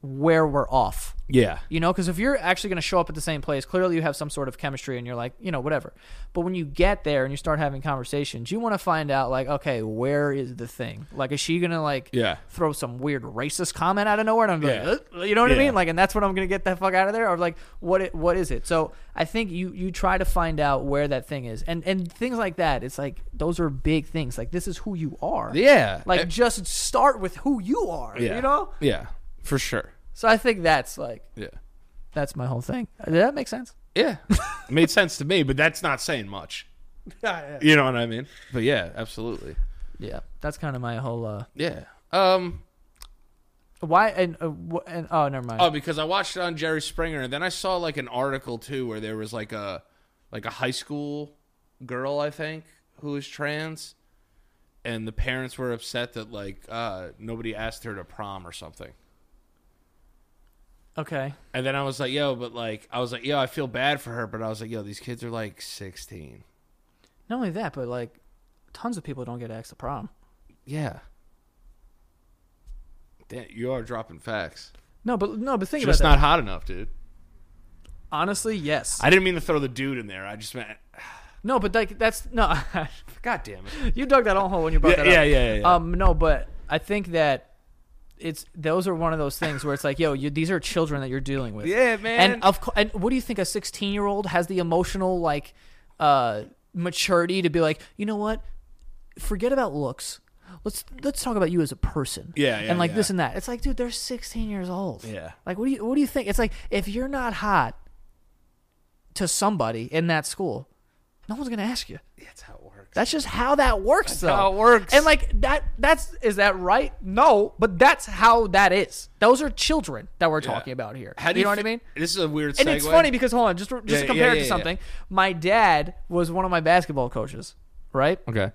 where we're off. Yeah. You know, because if you're actually going to show up at the same place, clearly you have some sort of chemistry and you're like, you know, whatever. But when you get there and you start having conversations, you want to find out, like, okay, where is the thing? Like, is she going to, like, Yeah. throw some weird racist comment out of nowhere? And I'm going, Yeah. "Ugh," you know what I Yeah. mean? Like, and that's when I'm going to get that fuck out of there? Or, like, what it, what is it? So I think you, you try to find out where that thing is. And, and things like that, it's like, those are big things. Like, this is who you are. Yeah. Like, Eh, just start with who you are, yeah. you know? Yeah. For sure. So I think that's, like, Yeah. that's my whole thing. Did that make [laughs] sense? Yeah. it made sense to me, but that's not saying much. You know what I mean? But yeah, absolutely. Yeah, that's kind of my whole. uh Yeah. Um Why and uh, wh- and oh, never mind. oh because I watched it on Jerry Springer and then I saw like an article too where there was like a like a high school girl, I think, who was trans and the parents were upset that like uh nobody asked her to prom or something. okay, And then I was like, yo, but like I was like, yo, I feel bad for her, but I was like, yo, these kids are like 16. not only that, but like, tons of people don't get asked to prom. Yeah. Damn, you are dropping facts. No, but no, but think Just about not hot enough, dude. that. Honestly, yes. I didn't mean to throw the dude in there. I just meant. no, but like that's no. [laughs] God damn it. you dug that own hole when you brought Yeah, that up. yeah, yeah, yeah, yeah. Um, no, but I think that it's those are one of those things where it's like, yo, you, these are children that you're dealing with. Yeah, man. And of course, and what do you think a 16 year old has the emotional like uh maturity to be like, you know what? Forget about looks. Let's let's talk about you as a person. Yeah, yeah, And like this yeah. and that. It's like, dude, they're 16 years old. Yeah. Like, what do you what do you think? It's like if you're not hot to somebody in that school, no one's gonna ask you. That's how it works. That's just how that works, though. how it works. And like that, that's is that right? No, but that's how that is. Those are children that we're talking about here. you, know what I fe- mean? This is a weird. And segue. it's funny because hold on, just just Yeah, to yeah, compare it yeah, to yeah. something. My dad was one of my basketball coaches, right? Okay.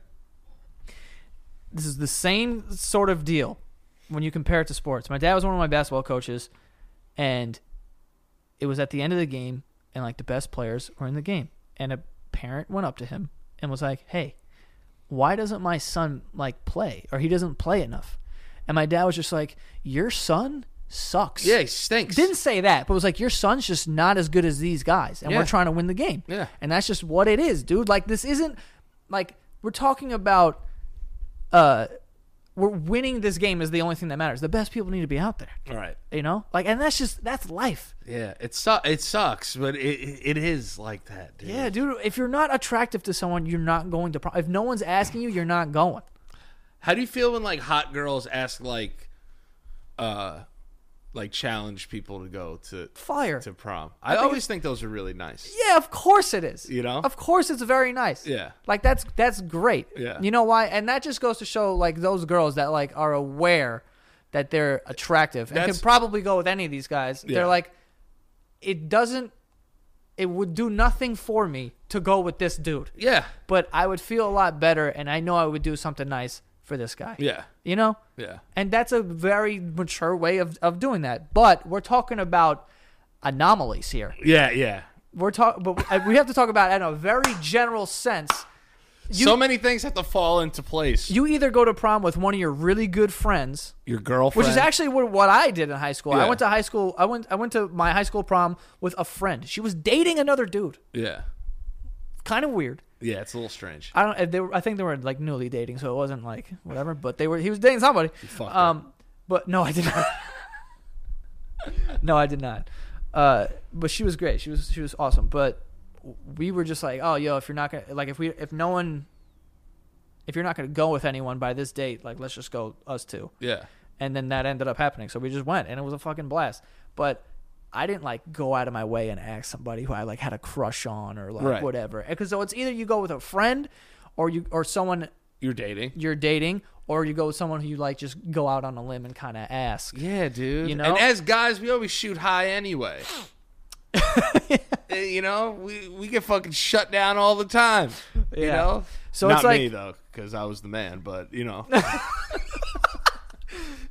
this is the same sort of deal when you compare it to sports. My dad was one of my basketball coaches, and it was at the end of the game, and like the best players were in the game, and a parent went up to him and was like, "Hey, why doesn't my son like play, or he doesn't play enough?" And my dad was just like, "Your son sucks." Yeah, he stinks. Didn't say that, but was like, your son's just not as good as these guys, and Yeah. we're trying to win the game. Yeah. And that's just what it is, dude. Like, this isn't like we're talking about uh we're winning this game is the only thing that matters. The best people need to be out there. All right. You know? Like and that's just that's life. Yeah, it su- It sucks, but it it is like that, dude. Yeah, dude, if you're not attractive to someone, you're not going to pro- if no one's asking you, you're not going. How do you feel when like hot girls ask like, uh, like challenge people to go to Fire. to prom? I, always think those are really nice. Yeah, of course it is. You know? Of course it's very nice. Yeah. Like that's that's great. Yeah. You know why? And that just goes to show like those girls that like are aware that they're attractive and can That's- probably go with any of these guys. Yeah. They're like it doesn't it would do nothing for me to go with this dude. Yeah, But I would feel a lot better and I know I would do something nice for this guy. yeah, You know? yeah. And that's a very mature way of, of doing that. But we're talking about anomalies here Yeah, yeah. we're talking, but we have to talk about it in a very general sense. You- so many things have to fall into place. You either go to prom with one of your really good friends, Your girlfriend, which is actually what, what I did in high school. I Yeah. went to high school. I went. I went to my high school prom with a friend. She was dating another dude. yeah, Kind of weird. yeah. It's a little strange. I don't. They were, I think they were like newly dating, so it wasn't like whatever. But they were. He was dating somebody. fucked Um, but no, I did not. no, I did not. Uh, but she was great. She was she was awesome. But we were just like, oh, yo, if you're not gonna like, if we if no one, if you're not gonna go with anyone by this date, like, let's just go us two. yeah, And then that ended up happening. So we just went, and it was a fucking blast. But I didn't like go out of my way and ask somebody who I like had a crush on or like Right. whatever. Because so it's either you go with a friend, or you or someone you're dating. you're dating, or you go with someone who you like just go out on a limb and kind of ask. Yeah, dude. You know? and as guys, we always shoot high anyway. [laughs] Uh, you know, we we get fucking shut down all the time. You Yeah. know, So not it's like- me though, because I was the man. But you know,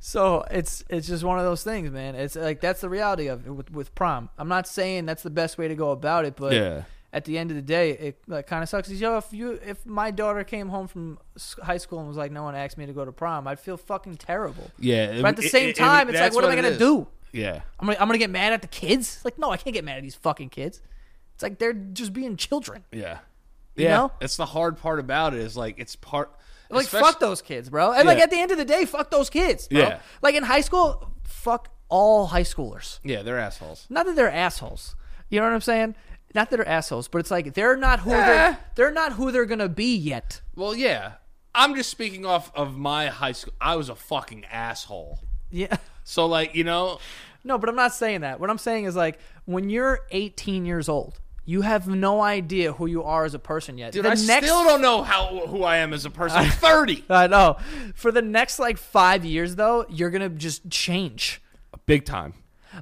So it's it's just one of those things, man. It's like that's the reality of it with, with prom. I'm not saying that's the best way to go about it, [laughs] but at the end of the day, it like kind of sucks. 'Cause, Yo, if you if my daughter came home from s- high school and was like, no one asked me to go to prom, I'd feel fucking terrible. Yeah, But at the same time, it's like, what am I gonna do? Yeah, I'm gonna, I'm gonna get mad at the kids? Like, no, I can't get mad at these fucking kids. It's like they're just being children. yeah, You yeah. know? It's the hard part about it is like it's part. Like, especi- fuck those kids, bro. And like Yeah. at the end of the day, fuck those kids. Bro. Yeah. Like in high school, fuck all high schoolers. Yeah, they're assholes. Not that they're assholes. You know what I'm saying? Not that they're assholes, but it's like they're not who they're they're not who they're gonna be yet. Well, yeah. I'm just speaking off of my high school. I was a fucking asshole. Yeah. So like you know, No, but I'm not saying that. What I'm saying is like when you're 18 years old, you have no idea who you are as a person yet. dude, the I next, still don't know how who I am as a person. I'm Thirty, [laughs] I know. For the next like five years though, you're gonna just change. big time,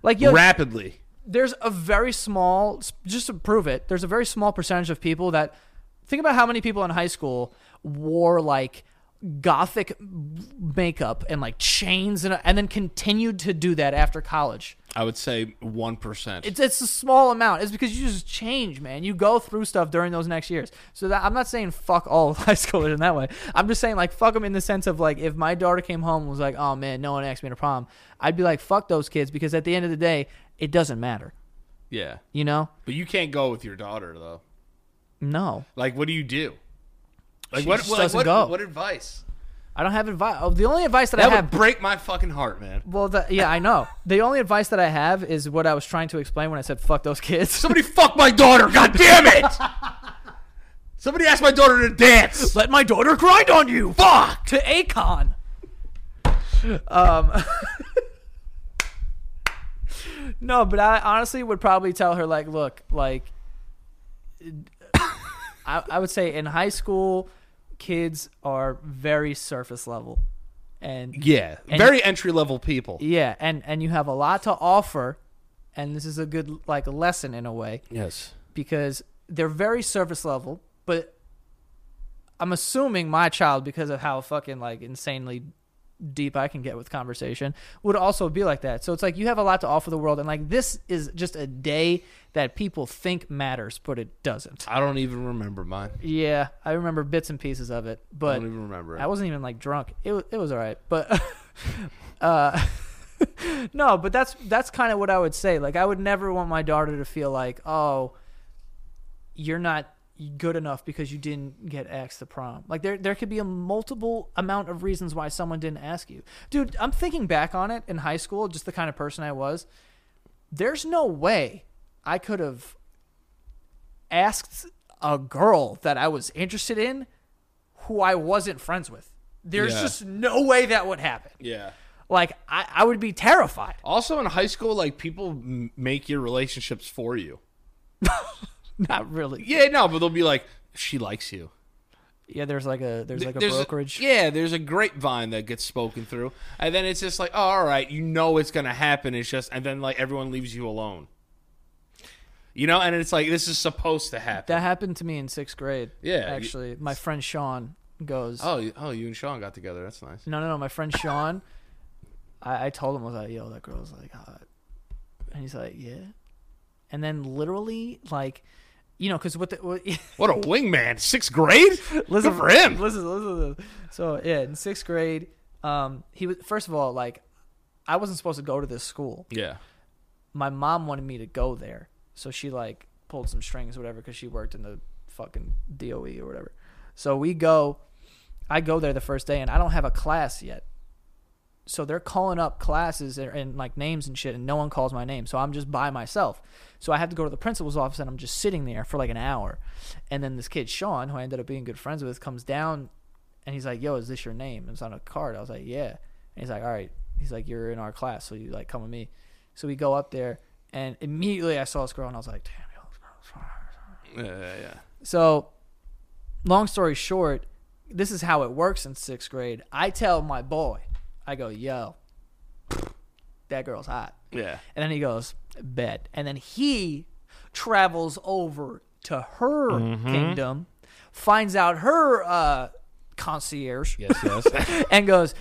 Like yo, rapidly. there's a very small just to prove it there's a very small percentage of people that think about how many people in high school wore like gothic makeup and like chains and, and then continued to do that after college I would say one percent. it's, it's a small amount it's because you just change man you go through stuff during those next years so that i'm not saying fuck all [laughs] high schoolers in that way i'm just saying like fuck them in the sense of like if my daughter came home and was like oh man no one asked me to prom i'd be like fuck those kids because at the end of the day it doesn't matter Yeah, you know but you can't go with your daughter though. no Like, what do you do? Like, She what, just like, doesn't what, go. what advice? I don't have advice. Oh, the only advice that, That I have. would break my fucking heart, man. well, the, yeah, I know. The only advice that I have is what I was trying to explain when I said "fuck those kids." [laughs] Somebody fuck my daughter, god damn it! Somebody asked my daughter to dance. Let my daughter grind on you. Fuck! To Akon. Um. [laughs] no, but I honestly would probably tell her like, look, like, [coughs] I, I would say in high school, kids are very surface level, and Yeah, very entry level people. Yeah, and and you have a lot to offer, and this is a good like lesson in a way Yes. because they're very surface level, but I'm assuming my child because of how fucking like insanely deep I can get with conversation would also be like that. So it's like you have a lot to offer the world and like this is just a day that people think matters but it doesn't. I don't even remember mine. Yeah, I remember bits and pieces of it, I but don't even remember it. I wasn't even like drunk. It was it was all right, but [laughs] uh, [laughs] no. But that's that's kind of what I would say. Like I would never want my daughter to feel like, oh, you're not good enough because you didn't get asked to prom. Like there there could be a multiple amount of reasons why someone didn't ask you, dude. I'm thinking back on it in high school, just the kind of person I was. There's no way I could have asked a girl that I was interested in who I wasn't friends with. There's Yeah. just no way that would happen. yeah. Like I, I would be terrified. [laughs] Also, in high school, like people m- make your relationships for you. Not really. Yeah, no, but they'll be like, she likes you. Yeah, there's like a there's like a There's brokerage. yeah, there's a grapevine that gets spoken through, and then it's just like, oh, all right, you know it's gonna happen. It's just, and then like everyone leaves you alone. You know, and it's like this is supposed to happen. That happened to me in sixth grade. Yeah, you- Actually, my friend Sean goes. oh, you- oh, you and Sean got together. That's nice. No, no, no. My friend Sean, I, I told him I was like, "Yo, that girl's like hot," and he's like, "Yeah," and then literally like, you know, because what the what, [laughs] What a wingman! Sixth grade. [laughs] Listen for him. Listen, listen, listen. So yeah, in sixth grade, um, he was first of all like, I wasn't supposed to go to this school. Yeah, My mom wanted me to go there, so she like pulled some strings, or whatever, because she worked in the fucking DOE or whatever. So we go, I go there the first day, and I don't have a class yet. So they're calling up classes and, and like names and shit, and no one calls my name. So I'm just by myself. So I have to go to the principal's office, and I'm just sitting there for like an hour. And then this kid Sean, who I ended up being good friends with, comes down, and he's like, "Yo, is this your name?" And it's on a card. I was like, "Yeah." And he's like, "All right." He's like, "You're in our class, so you like come with me." So we go up there, and immediately I saw this girl, and I was like, "Damn, yo, this girl's fine." yeah, yeah. yeah. So, long story short, this is how it works in sixth grade. I tell my boy, I go, yo, that girl's hot. Yeah. And then he goes, bet. And then he travels over to her kingdom, finds out her uh, concierge, Yes, yes. and goes,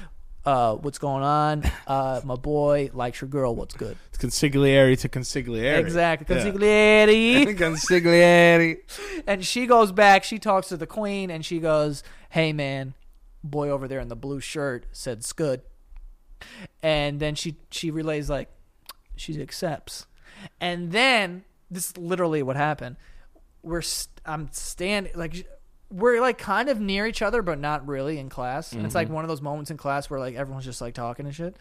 Uh, what's going on? Uh, my boy likes your girl. What's good? It's consigliere to consigliere. [laughs] Exactly. Yeah. [laughs] Consigliere. Consigliere. and she goes back. She talks to the queen, and she goes, "Hey, man, boy over there in the blue shirt said scud." And then she she relays like she accepts, and then this is literally what happened. We're st- I'm standing like we're like kind of near each other, but not really in class. And it's like one of those moments in class where like everyone's just like talking and shit.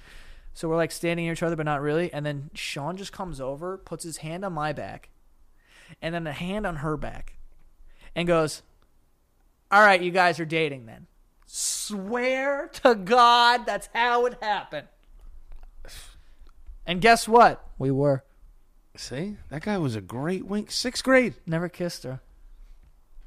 So we're like standing near each other, but not really. And then Sean just comes over, puts his hand on my back, and then a hand on her back and goes, All right, you guys are dating then. Swear to God, that's how it happened. And guess what? We were. See, that guy was a great wink. Sixth grade. Never kissed her.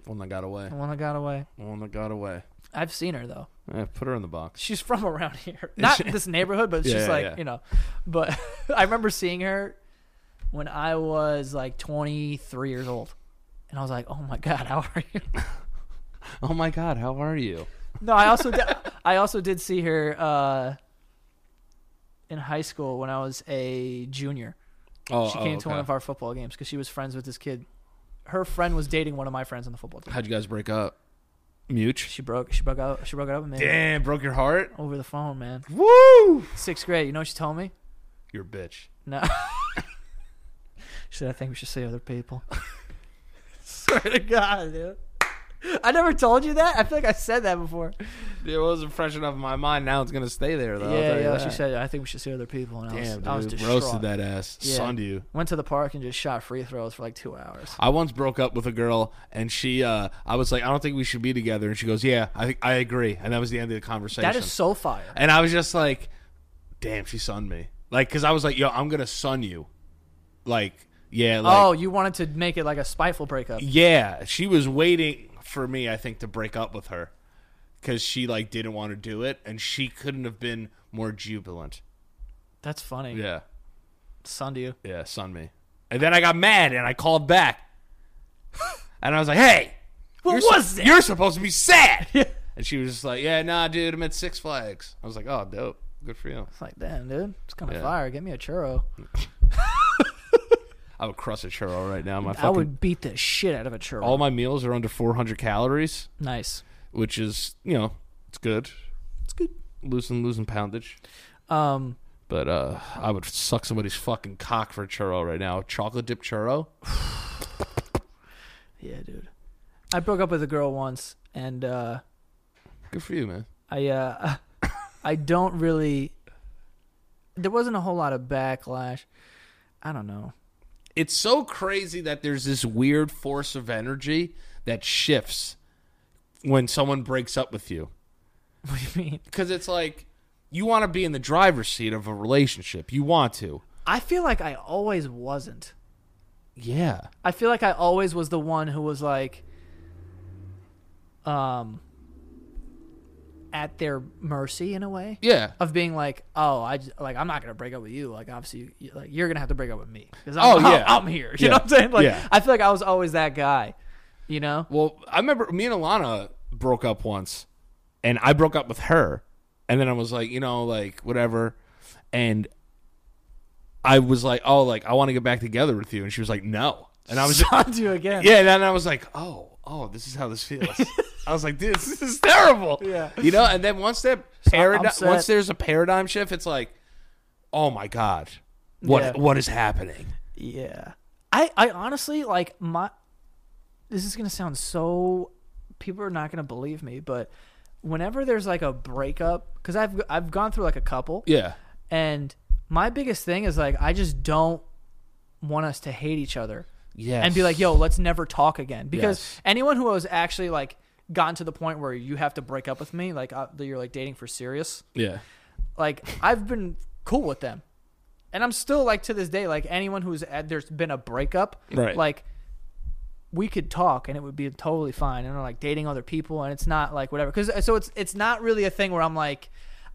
One that got away. The one that got away. One that got away. I've seen her, though. Eh, put her in the box. She's from around [laughs] here. Not this neighborhood, but she's [laughs] Yeah, yeah, like, yeah. you know. But [laughs] I remember seeing her when I was like 23 years old. And I was like, oh my God, how are you? Oh my God, how are you? No, I also did, [laughs] I also did see her uh, in high school when I was a junior. Oh, she oh, came to one okay. of our football games because she was friends with this kid. Her friend was dating one of my friends on the football team. How'd you guys break up? Mute. She broke. She broke out. She broke it up with me Damn, broke your heart. over the phone, man. Woo! Sixth grade. You know what she told me? You're a bitch. No. [laughs] she said, "I think we should see other people." [laughs] Swear to God, dude. I never told you that. I feel like I said that before. It wasn't fresh enough in my mind. Now it's gonna stay there though. I'll yeah, tell you yeah. that. She said, "I think we should see other people," and I was, Damn, I was dude, distraught. roasted that ass. Yeah. Sunned you. Went to the park and just shot free throws for like two hours. I once broke up with a girl, and she, uh, I was like, I don't think we should be together, and she goes, Yeah, I think I agree, and that was the end of the conversation. That is so fire. and I was just like, Damn, she sunned me, like, cause I was like, Yo, I'm gonna sun you, like, yeah, like, oh, you wanted to make it like a spiteful breakup. yeah. She was waiting for me, I think, to break up with her, cause she like didn't want to do it, and she couldn't have been more jubilant. That's funny. Yeah, Son to you. yeah, sun me, and then I got mad, and I called back, [laughs] and I was like, Hey. What you're was sup- that? You're supposed to [laughs] be sad. And she was just like, yeah, nah, dude, I'm at Six Flags. I was like, oh, dope. Good for you. It's like, damn, dude. It's kind of Yeah. fire. Get me a churro. I would crush a churro right now. My I fucking, would beat the shit out of a churro. all my meals are under 400 calories, nice. which is, you know, it's good. It's good. Losing, losing poundage. Um, But uh, I would suck somebody's fucking cock for a churro right now. Chocolate dip churro. yeah, dude. I broke up with a girl once, and uh, Good for you, man. I uh, I don't really. There wasn't a whole lot of backlash. I don't know. [laughs] It's so crazy that there's this weird force of energy that shifts when someone breaks up with you. What do you mean? because it's like you want to be in the driver's seat of a relationship. You want to. I feel like I always wasn't. Yeah. I feel like I always was the one who was like, um, at their mercy in a way Yeah. of being like, oh, I j- like I'm not gonna break up with you. Like obviously, you, you- like you're gonna have to break up with me because Oh, I'm, yeah. I'm, I'm here. [laughs] You Yeah. know what I'm saying? Like Yeah. I feel like I was always that guy. You know? Well, I remember me and Alana broke up once, and I broke up with her, and then I was like, you know, like whatever, and I was like, oh, like I want to get back together with you, and she was like, no, [laughs] and I was just, on to you again. yeah, and then I was like, oh, oh, this is how this feels. [laughs] I was like, dude, this is terrible. Yeah. You know, and then once that paradigm, upset. once there's a paradigm shift, it's like, oh my god, what Yeah. what is happening? Yeah. I I honestly like my. This is gonna sound so. People are not gonna believe me, but whenever there's like a breakup, because I've I've gone through like a couple. Yeah. And my biggest thing is like I just don't want us to hate each other. Yes. And be like, yo, let's never talk again. Because Yes. anyone who has actually like gotten to the point where you have to break up with me, like uh, that you're like dating for serious, Yeah. like I've been cool with them. And I'm still like to this day, like anyone who's at, there's been a breakup, Right. like we could talk and it would be totally fine. And I'm like dating other people and it's not like whatever. Cause uh, so it's, it's not really a thing where I'm like,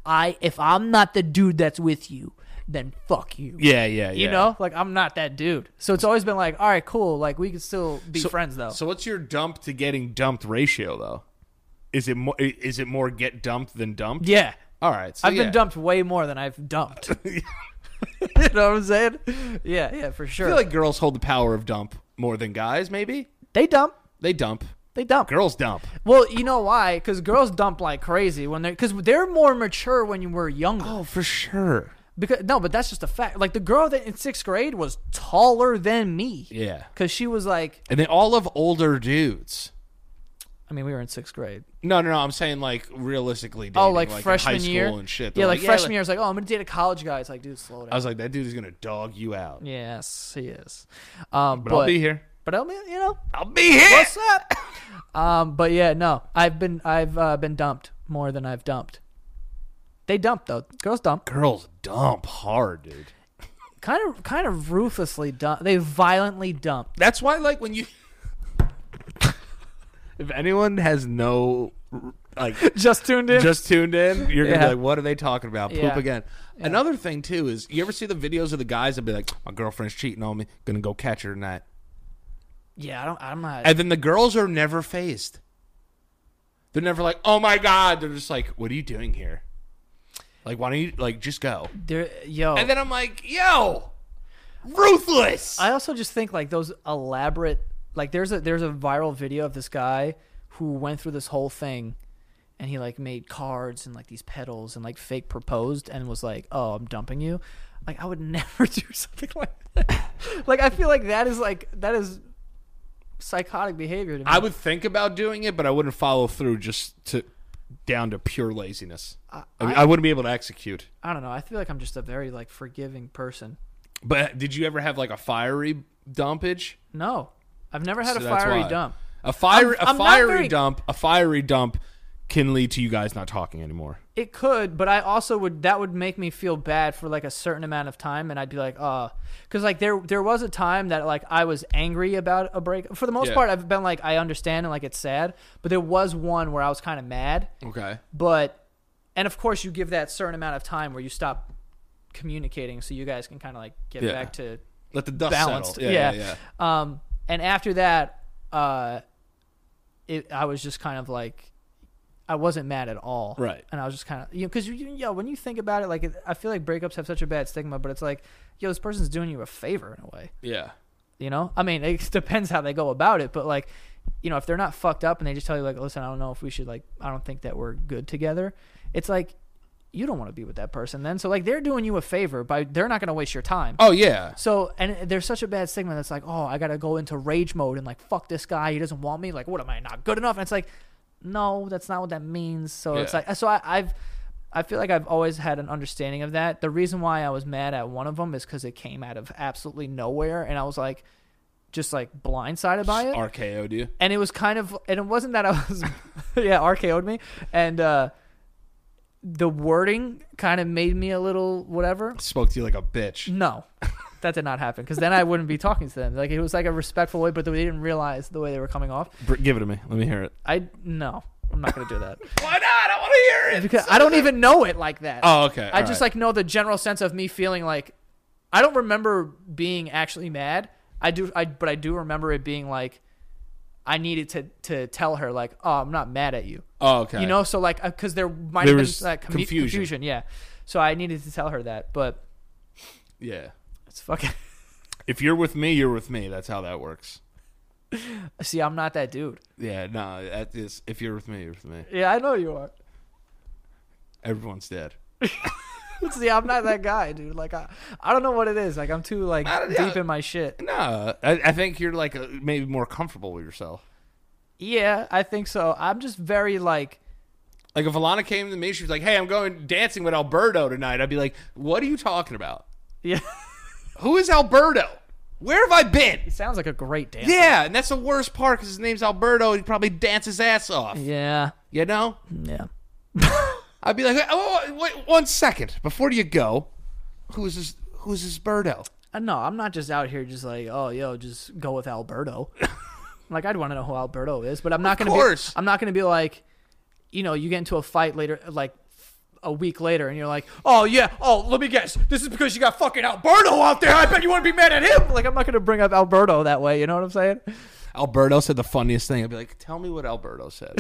I, if I'm not the dude that's with you, then fuck you. Yeah, yeah, yeah. You know, like I'm not that dude. So it's always been like, all right, cool. Like we could still be friends though. So what's your dump to getting dumped ratio though? Is it more is it more get dumped than dumped? yeah. All right. So I've Oh, yeah. been dumped way more than I've [laughs] dumped. [laughs] you know what I'm saying? Yeah, yeah, for I sure. feel like girls hold the power of dump more than guys. Maybe they dump. they dump. They dump. Girls dump. Well, you know why? Because girls dump like crazy when they're because they're more mature when you were younger. Oh, for sure. Because no, but that's just a fact. Like the girl that in sixth grade was taller than me. Yeah. Because she was like, And they all of older dudes. I mean, we were in sixth grade. No, no, no. I'm saying like realistically. Dating, oh, like, in freshman high school year and shit. Yeah, They're like, freshman year, I was like, oh, I'm gonna date a college guy. It's like, dude, slow down. I was like, that dude is gonna dog you out. yes, he is. Um, but, But, I'll be here. But I mean, you know, I'll be here. what's up? um, but yeah, no, I've been I've uh, been dumped more than I've dumped. They dump though. Girls dump. Girls dump hard, dude. Kind of kind of ruthlessly dump. They violently dump. That's why, like, when you. [laughs] if anyone has no, [laughs] like, Just tuned in. just tuned in, you're gonna Yeah. be like, "What are they talking about?" Poop Yeah. again. Another thing too is you ever see the videos of the guys that be like, "My girlfriend's cheating on me, gonna go catch her tonight," yeah, I don't I'm not and then the girls are never phased. They're never like, "Oh my god!" They're just like, "What are you doing here?" Like, why don't you like just go? there yo. And then I'm like, "Yo, ruthless." I also just think like those elaborate like there's a there's a viral video of this guy who went through this whole thing and he like made cards and like these petals and like fake proposed and was like, "Oh, I'm dumping you." Like I would [laughs] never do something like that. like I feel like that is like that is psychotic behavior to me. I would think about doing it, but I wouldn't follow through just to down to pure laziness. I, I wouldn't be able to execute. I don't know. I feel like I'm just a very like forgiving person. But did you ever have like a fiery dumpage? No. I've never had So a that's fiery why. dump. A fiery, I'm a not fiery very- dump, a fiery dump can lead to you guys not talking anymore. It could, but I also would that would make me feel bad for like a certain amount of time, and I'd be like, uh, because like there there was a time that like I was angry about a break. For the most Yeah. part, I've been like I understand and like it's sad, but there was one where I was kind of mad, Okay. but and of course you give that certain amount of time where you stop communicating, so you guys can kind of like get Yeah. back to Let the dust balanced. settle. yeah. Um, and after that, uh, it I was just kind of like, I wasn't mad at all, Right. And I was just kind of you know because you, you know when you think about it, like it, I feel like breakups have such a bad stigma, but it's like, yo, this person's doing you a favor in a way, Yeah. you know. I mean, [laughs] it depends how they go about it, but like, you know, if they're not fucked up and they just tell you like, listen, I don't know if we should like, I don't think that we're good together. It's like. You don't want to be with that person then. So like they're doing you a favor by they're not going to waste your time. Oh yeah. So and there's such a bad stigma that's like, oh, I gotta go into rage mode and like fuck this guy, he doesn't want me. Like, what am I not good enough? And it's like, no, that's not what that means. So it's Yeah. like, so I, I've, I feel like I've always had an understanding of that. The reason why I was mad at one of them is because it came out of absolutely nowhere, and I was like, just like blindsided by it RKO'd you. and it was kind of and it wasn't that I was [laughs] yeah RKO'd me and uh the wording kind of made me a little whatever Spoke to you like a bitch. no that did not happen because then I wouldn't be talking to them like it was like a respectful way but they didn't realize the way they were coming off Br- give it to me. Let me hear it. I no I'm not gonna do [laughs] that Why not? I want to hear it. because I don't even know it like that [laughs] Oh okay. I just like know the general sense of me feeling like I don't remember being actually mad. I do I but I do remember it being like I needed to to tell her like, "Oh, I'm not mad at you." Oh okay. You know, so like uh, cuz there might There have was been that commu- confusion. confusion. yeah. So I needed to tell her that, but Yeah. it's fucking [laughs] If you're with me, you're with me. That's how that works. See, I'm not that dude. Yeah. No. That is. If you're with me, you're with me. Yeah, I know you are. Everyone's dead. See, I'm not that guy, dude. Like I I don't know what it is. Like I'm too like I don't know. deep in my shit. No. I, I think you're like uh maybe more comfortable with yourself. Yeah, I think so. I'm just very like Like if Alana came to me, she was like, "Hey, I'm going dancing with Alberto tonight." I'd be like, "What are you talking about? yeah. [laughs] Who is Alberto? Where have I been?" Sounds like a great dance. Yeah, and that's the worst part because his name's Alberto. He probably dance his ass off. Yeah. You know, Yeah. I'd be like, "Oh, wait, one second before you go, who's this? Who's this Berto?" Uh, No, I'm not just out here just like, oh, yo, just go with [laughs] Alberto. like I'd want to know who Alberto is, but I'm not going to be course. I'm not going to be like, you know, you get into a fight later like a week later and you're like, "Oh yeah, oh, let me guess. This is because you got fucking Alberto out there. I bet you want to be mad at him." Like I'm not going to bring up Alberto that way, you know what I'm saying? Alberto said the funniest [laughs] thing. I'd be like, "Tell me what Alberto said."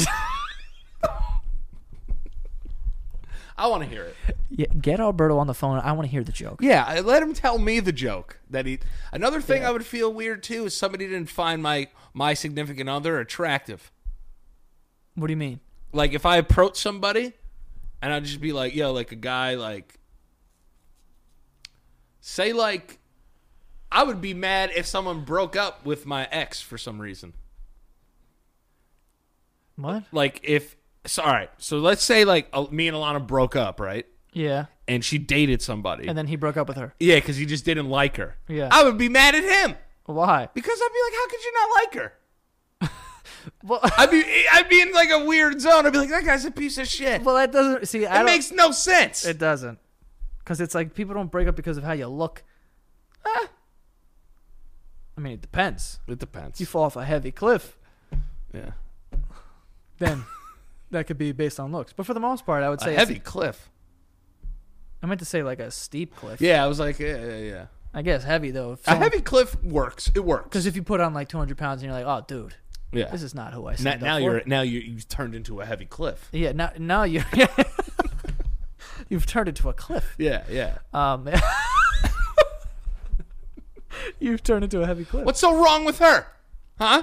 I want to hear it. Yeah, get Alberto on the phone. I want to hear the joke. Yeah, I let him tell me the joke that he. Another thing I would feel weird too is somebody didn't find my my significant other attractive. What do you mean? Like if I approach somebody, and I'd just be like, "Yo, like a guy like." Say like, I would be mad if someone broke up with my ex for some reason. What? Like if, so, all right, so let's say like uh, me and Alana broke up, right? Yeah. And she dated somebody. And then he broke up with her. yeah, because he just didn't like her. Yeah. I would be mad at him. Why? Because I'd be like, how could you not like her? Well, [laughs] I'd be, I'd be in like a weird zone. I'd be like, that guy's a piece of shit. well that doesn't see. I it don't, makes no sense. it doesn't because it's like people don't break up because of how you look. Ah. I mean, it depends. It depends. You fall off a heavy cliff, yeah. [laughs] then that could be based on looks. But for the most part, I would A say it's- heavy cliff. I meant to say like a steep cliff. Yeah, I was like, yeah, yeah, yeah. I guess heavy though. If A heavy cliff works. It works. because if you put on like 200 pounds and you're like, oh, dude, Yeah. this is not who I now signed Ah. now up you're for. now you you've turned into a heavy cliff. Yeah, now now you [laughs] you've turned into a cliff. Yeah, yeah. Um, [laughs] you've turned into a heavy cliff. What's so wrong with her? Huh?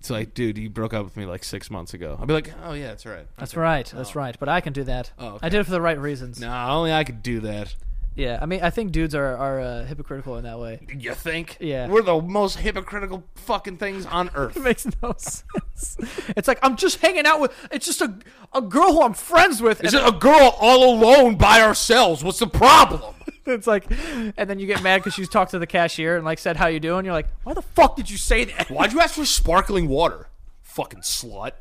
It's like, dude, you broke up with me like six months ago. I'd be like, oh yeah, that's right. That's right. That's right. But I can do that. Oh, okay. I did it for the right reasons. No, only I could do that. Yeah, I mean, I think dudes are are uh, hypocritical in that way. [laughs] You think? Yeah. We're the most hypocritical fucking things on earth. It makes no [laughs] sense. It's like I'm just hanging out with. It's just a a girl who I'm friends with. [laughs] Is And it a girl all alone by ourselves? What's the problem? it's like, and then you get mad because she's talked to the cashier and like said how you doing. You're like, why the fuck did you say that? Why'd you ask for sparkling water? Fucking slut.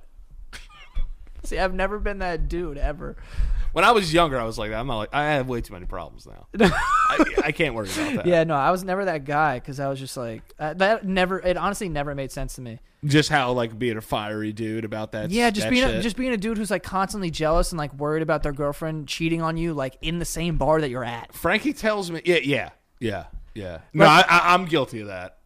See, I've never been that dude ever. [laughs] When I was younger, I was like that. I'm not like I have way too many [laughs] problems now. I, I can't worry about that. Yeah, no, I was never that guy because I was just like uh, that. Never, it honestly never made sense to me. Just how like being a fiery dude about that. Yeah, just that being a, shit. just being a dude who's like constantly jealous and like worried about their girlfriend cheating on you, like in the same bar that you're at. Frankie tells me. Yeah, yeah, yeah, yeah. No, I, I, I'm guilty of that.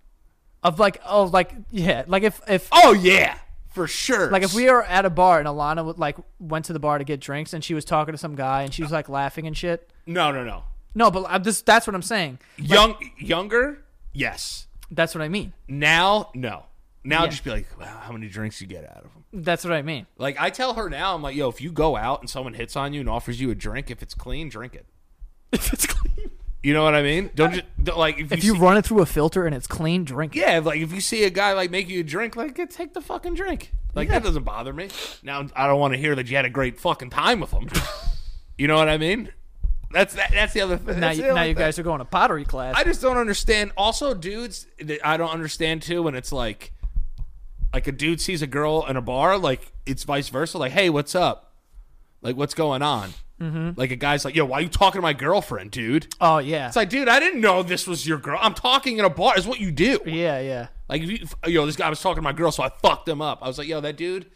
Of like, oh, like yeah, like if if Oh yeah, for sure. like if we are at a bar and Alana would, like went to the bar to get drinks and she was talking to some guy and she was like laughing and shit. No, no, no. No, but I'm just that's what I'm saying. Young, younger. Yes. That's what I mean. Now, no. Now, Yeah. just be like, wow, how many drinks you get out of them? That's what I mean. [laughs] Like I tell her now, I'm like, yo, if you go out and someone hits on you and offers you a drink, if it's clean, drink it. If it's clean, You know what I mean? Don't just don't- like if you, if you see- run it through a filter and it's clean, drink. it. yeah, if, like if you see a guy like make you a drink, like yeah, take the fucking drink. Like that doesn't bother me. Now I don't want to hear that you had a great fucking time with [laughs] him. you know what I mean? That's that, that's the other thing. Now, That's you, the other now you thing. guys are going to pottery class. I just don't understand. Also, dudes, that I don't understand too when it's like, like a dude sees a girl in a bar, like it's vice versa. Like, hey, what's up? Like, what's going on? Mm-hmm. Like a guy's like, yo, why you talking to my girlfriend, dude? oh yeah, It's like, dude, I didn't know this was your girl. I'm talking in a bar. Is what you do. yeah, yeah. Like, if you, if- yo, this guy was talking to my girl, so I fucked him up. I was like, yo, that dude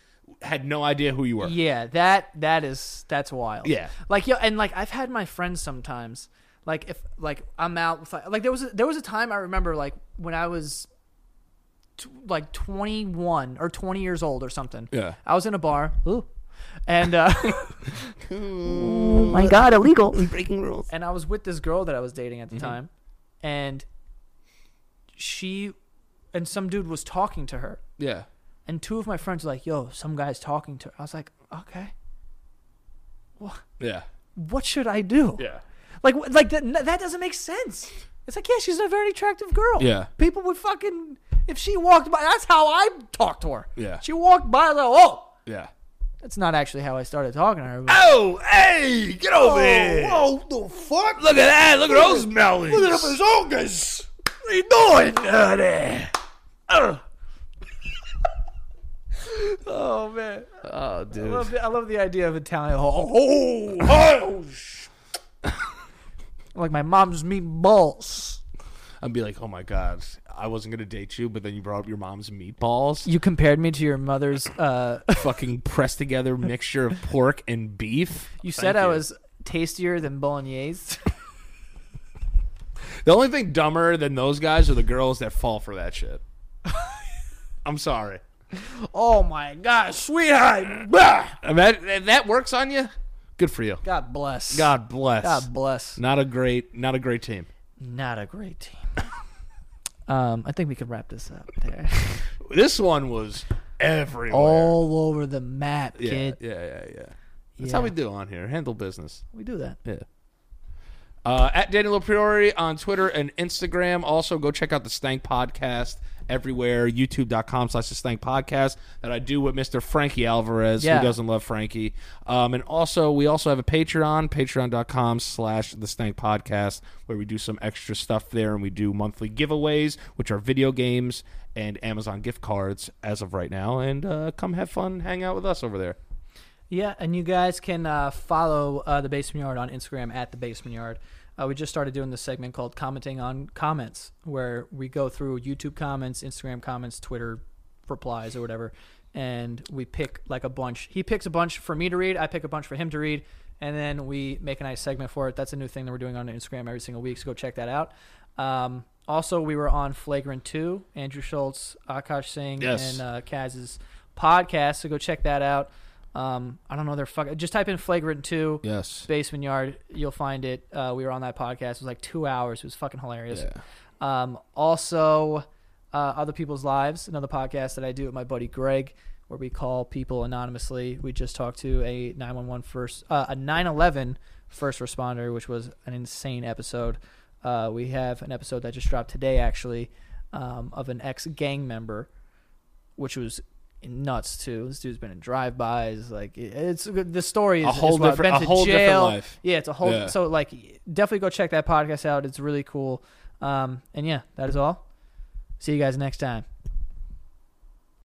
had no idea who you were. Yeah, that that is that's wild. Yeah. like yo, and like I've had my friends sometimes. Like if like I'm out with like, like there was a, there was a time I remember like when I was t- like 21 or 20 years old or something. Yeah. I was in a bar. Ooh. And [laughs] uh, my God, illegal! Breaking rules. And I was with this girl that I was dating at the Mm-hmm. time, and she and some dude was talking to her, Yeah. and two of my friends were like, "Yo, some guy's talking to her." I was like, "Okay." Yeah. what should I do? Yeah. Like, wh- like that, that doesn't make sense. It's like, yeah, she's a very attractive girl. Yeah. People would fucking, if she walked by, that's how I talked to her. Yeah. She walked by, I was like, oh, Yeah. that's not actually how I started talking to her. but- Oh, hey, get over here. Whoa, the fuck? Look at that. Look at those melons. Look at his organs. What are you doing down there? oh, man. Oh, I dude. love, the, I love the idea of Italian hall. Oh, oh. Like my mom's meatballs. I'd be like, oh my god, I wasn't gonna date you, but then you brought up your mom's meatballs, You compared me to your mother's. [laughs] Uh, fucking pressed together mixture of pork and beef. you Thank said I was tastier than bolognese. The only thing dumber than those guys are the girls that fall for [laughs] that shit. I'm sorry. [laughs] oh, my gosh. Sweetheart. Bah. Imagine, that works on you. Good for you. God bless. God bless. God bless. Not a great, not a great team. Not a great team. [laughs] um, I think we can wrap this up there. This one was everywhere. All over the map, yeah, kid. yeah, yeah, yeah. That's Yeah. how we do on here. Handle business. We do that. Yeah. Uh, at Daniel Priori on Twitter and Instagram. Also, go check out the Stank Podcast everywhere. YouTube.com slash the Stank Podcast that I do with Mr. Frankie Alvarez, Yeah. who doesn't love Frankie. Um, and also, we also have a Patreon, patreon.com slash the Stank Podcast, where we do some extra stuff there and we do monthly giveaways, which are video games and Amazon gift cards as of right now. And uh, come have fun, hang out with us over there. Yeah, and you guys can uh, follow uh, the Basement Yard on Instagram at the Basement Yard. Uh, we just started doing this segment called "Commenting on Comments," where we go through YouTube comments, Instagram comments, Twitter replies, or whatever, and we pick like a bunch. He picks a bunch for me to read. I pick a bunch for him to read, and then we make a nice segment for it. That's a new thing that we're doing on Instagram every single week. So go check that out. Um, also, we were on Flagrant Two, Andrew Schultz, Akash Singh, Yes. and uh, Kaz's podcast. So go check that out. Um, I don't know their fuck. Just type in flagrant two Yes. basement yard. You'll find it. Uh, we were on that podcast. It was like two hours. It was fucking hilarious. Um, also, uh, other people's lives. Another podcast that I do with my buddy Greg, where we call people anonymously. We just talked to a 911 first, uh, a 911 first responder, which was an insane episode. Uh, we have an episode that just dropped today, actually, um, of an ex gang member which was nuts too. This dude's been in drive-bys. Like it- it's the story is A whole is wild. different- Been to a whole different jail. life. Yeah, it's a whole. Yeah. So like, definitely go check that podcast out. It's really cool. Um, and yeah, that is all. See you guys next time.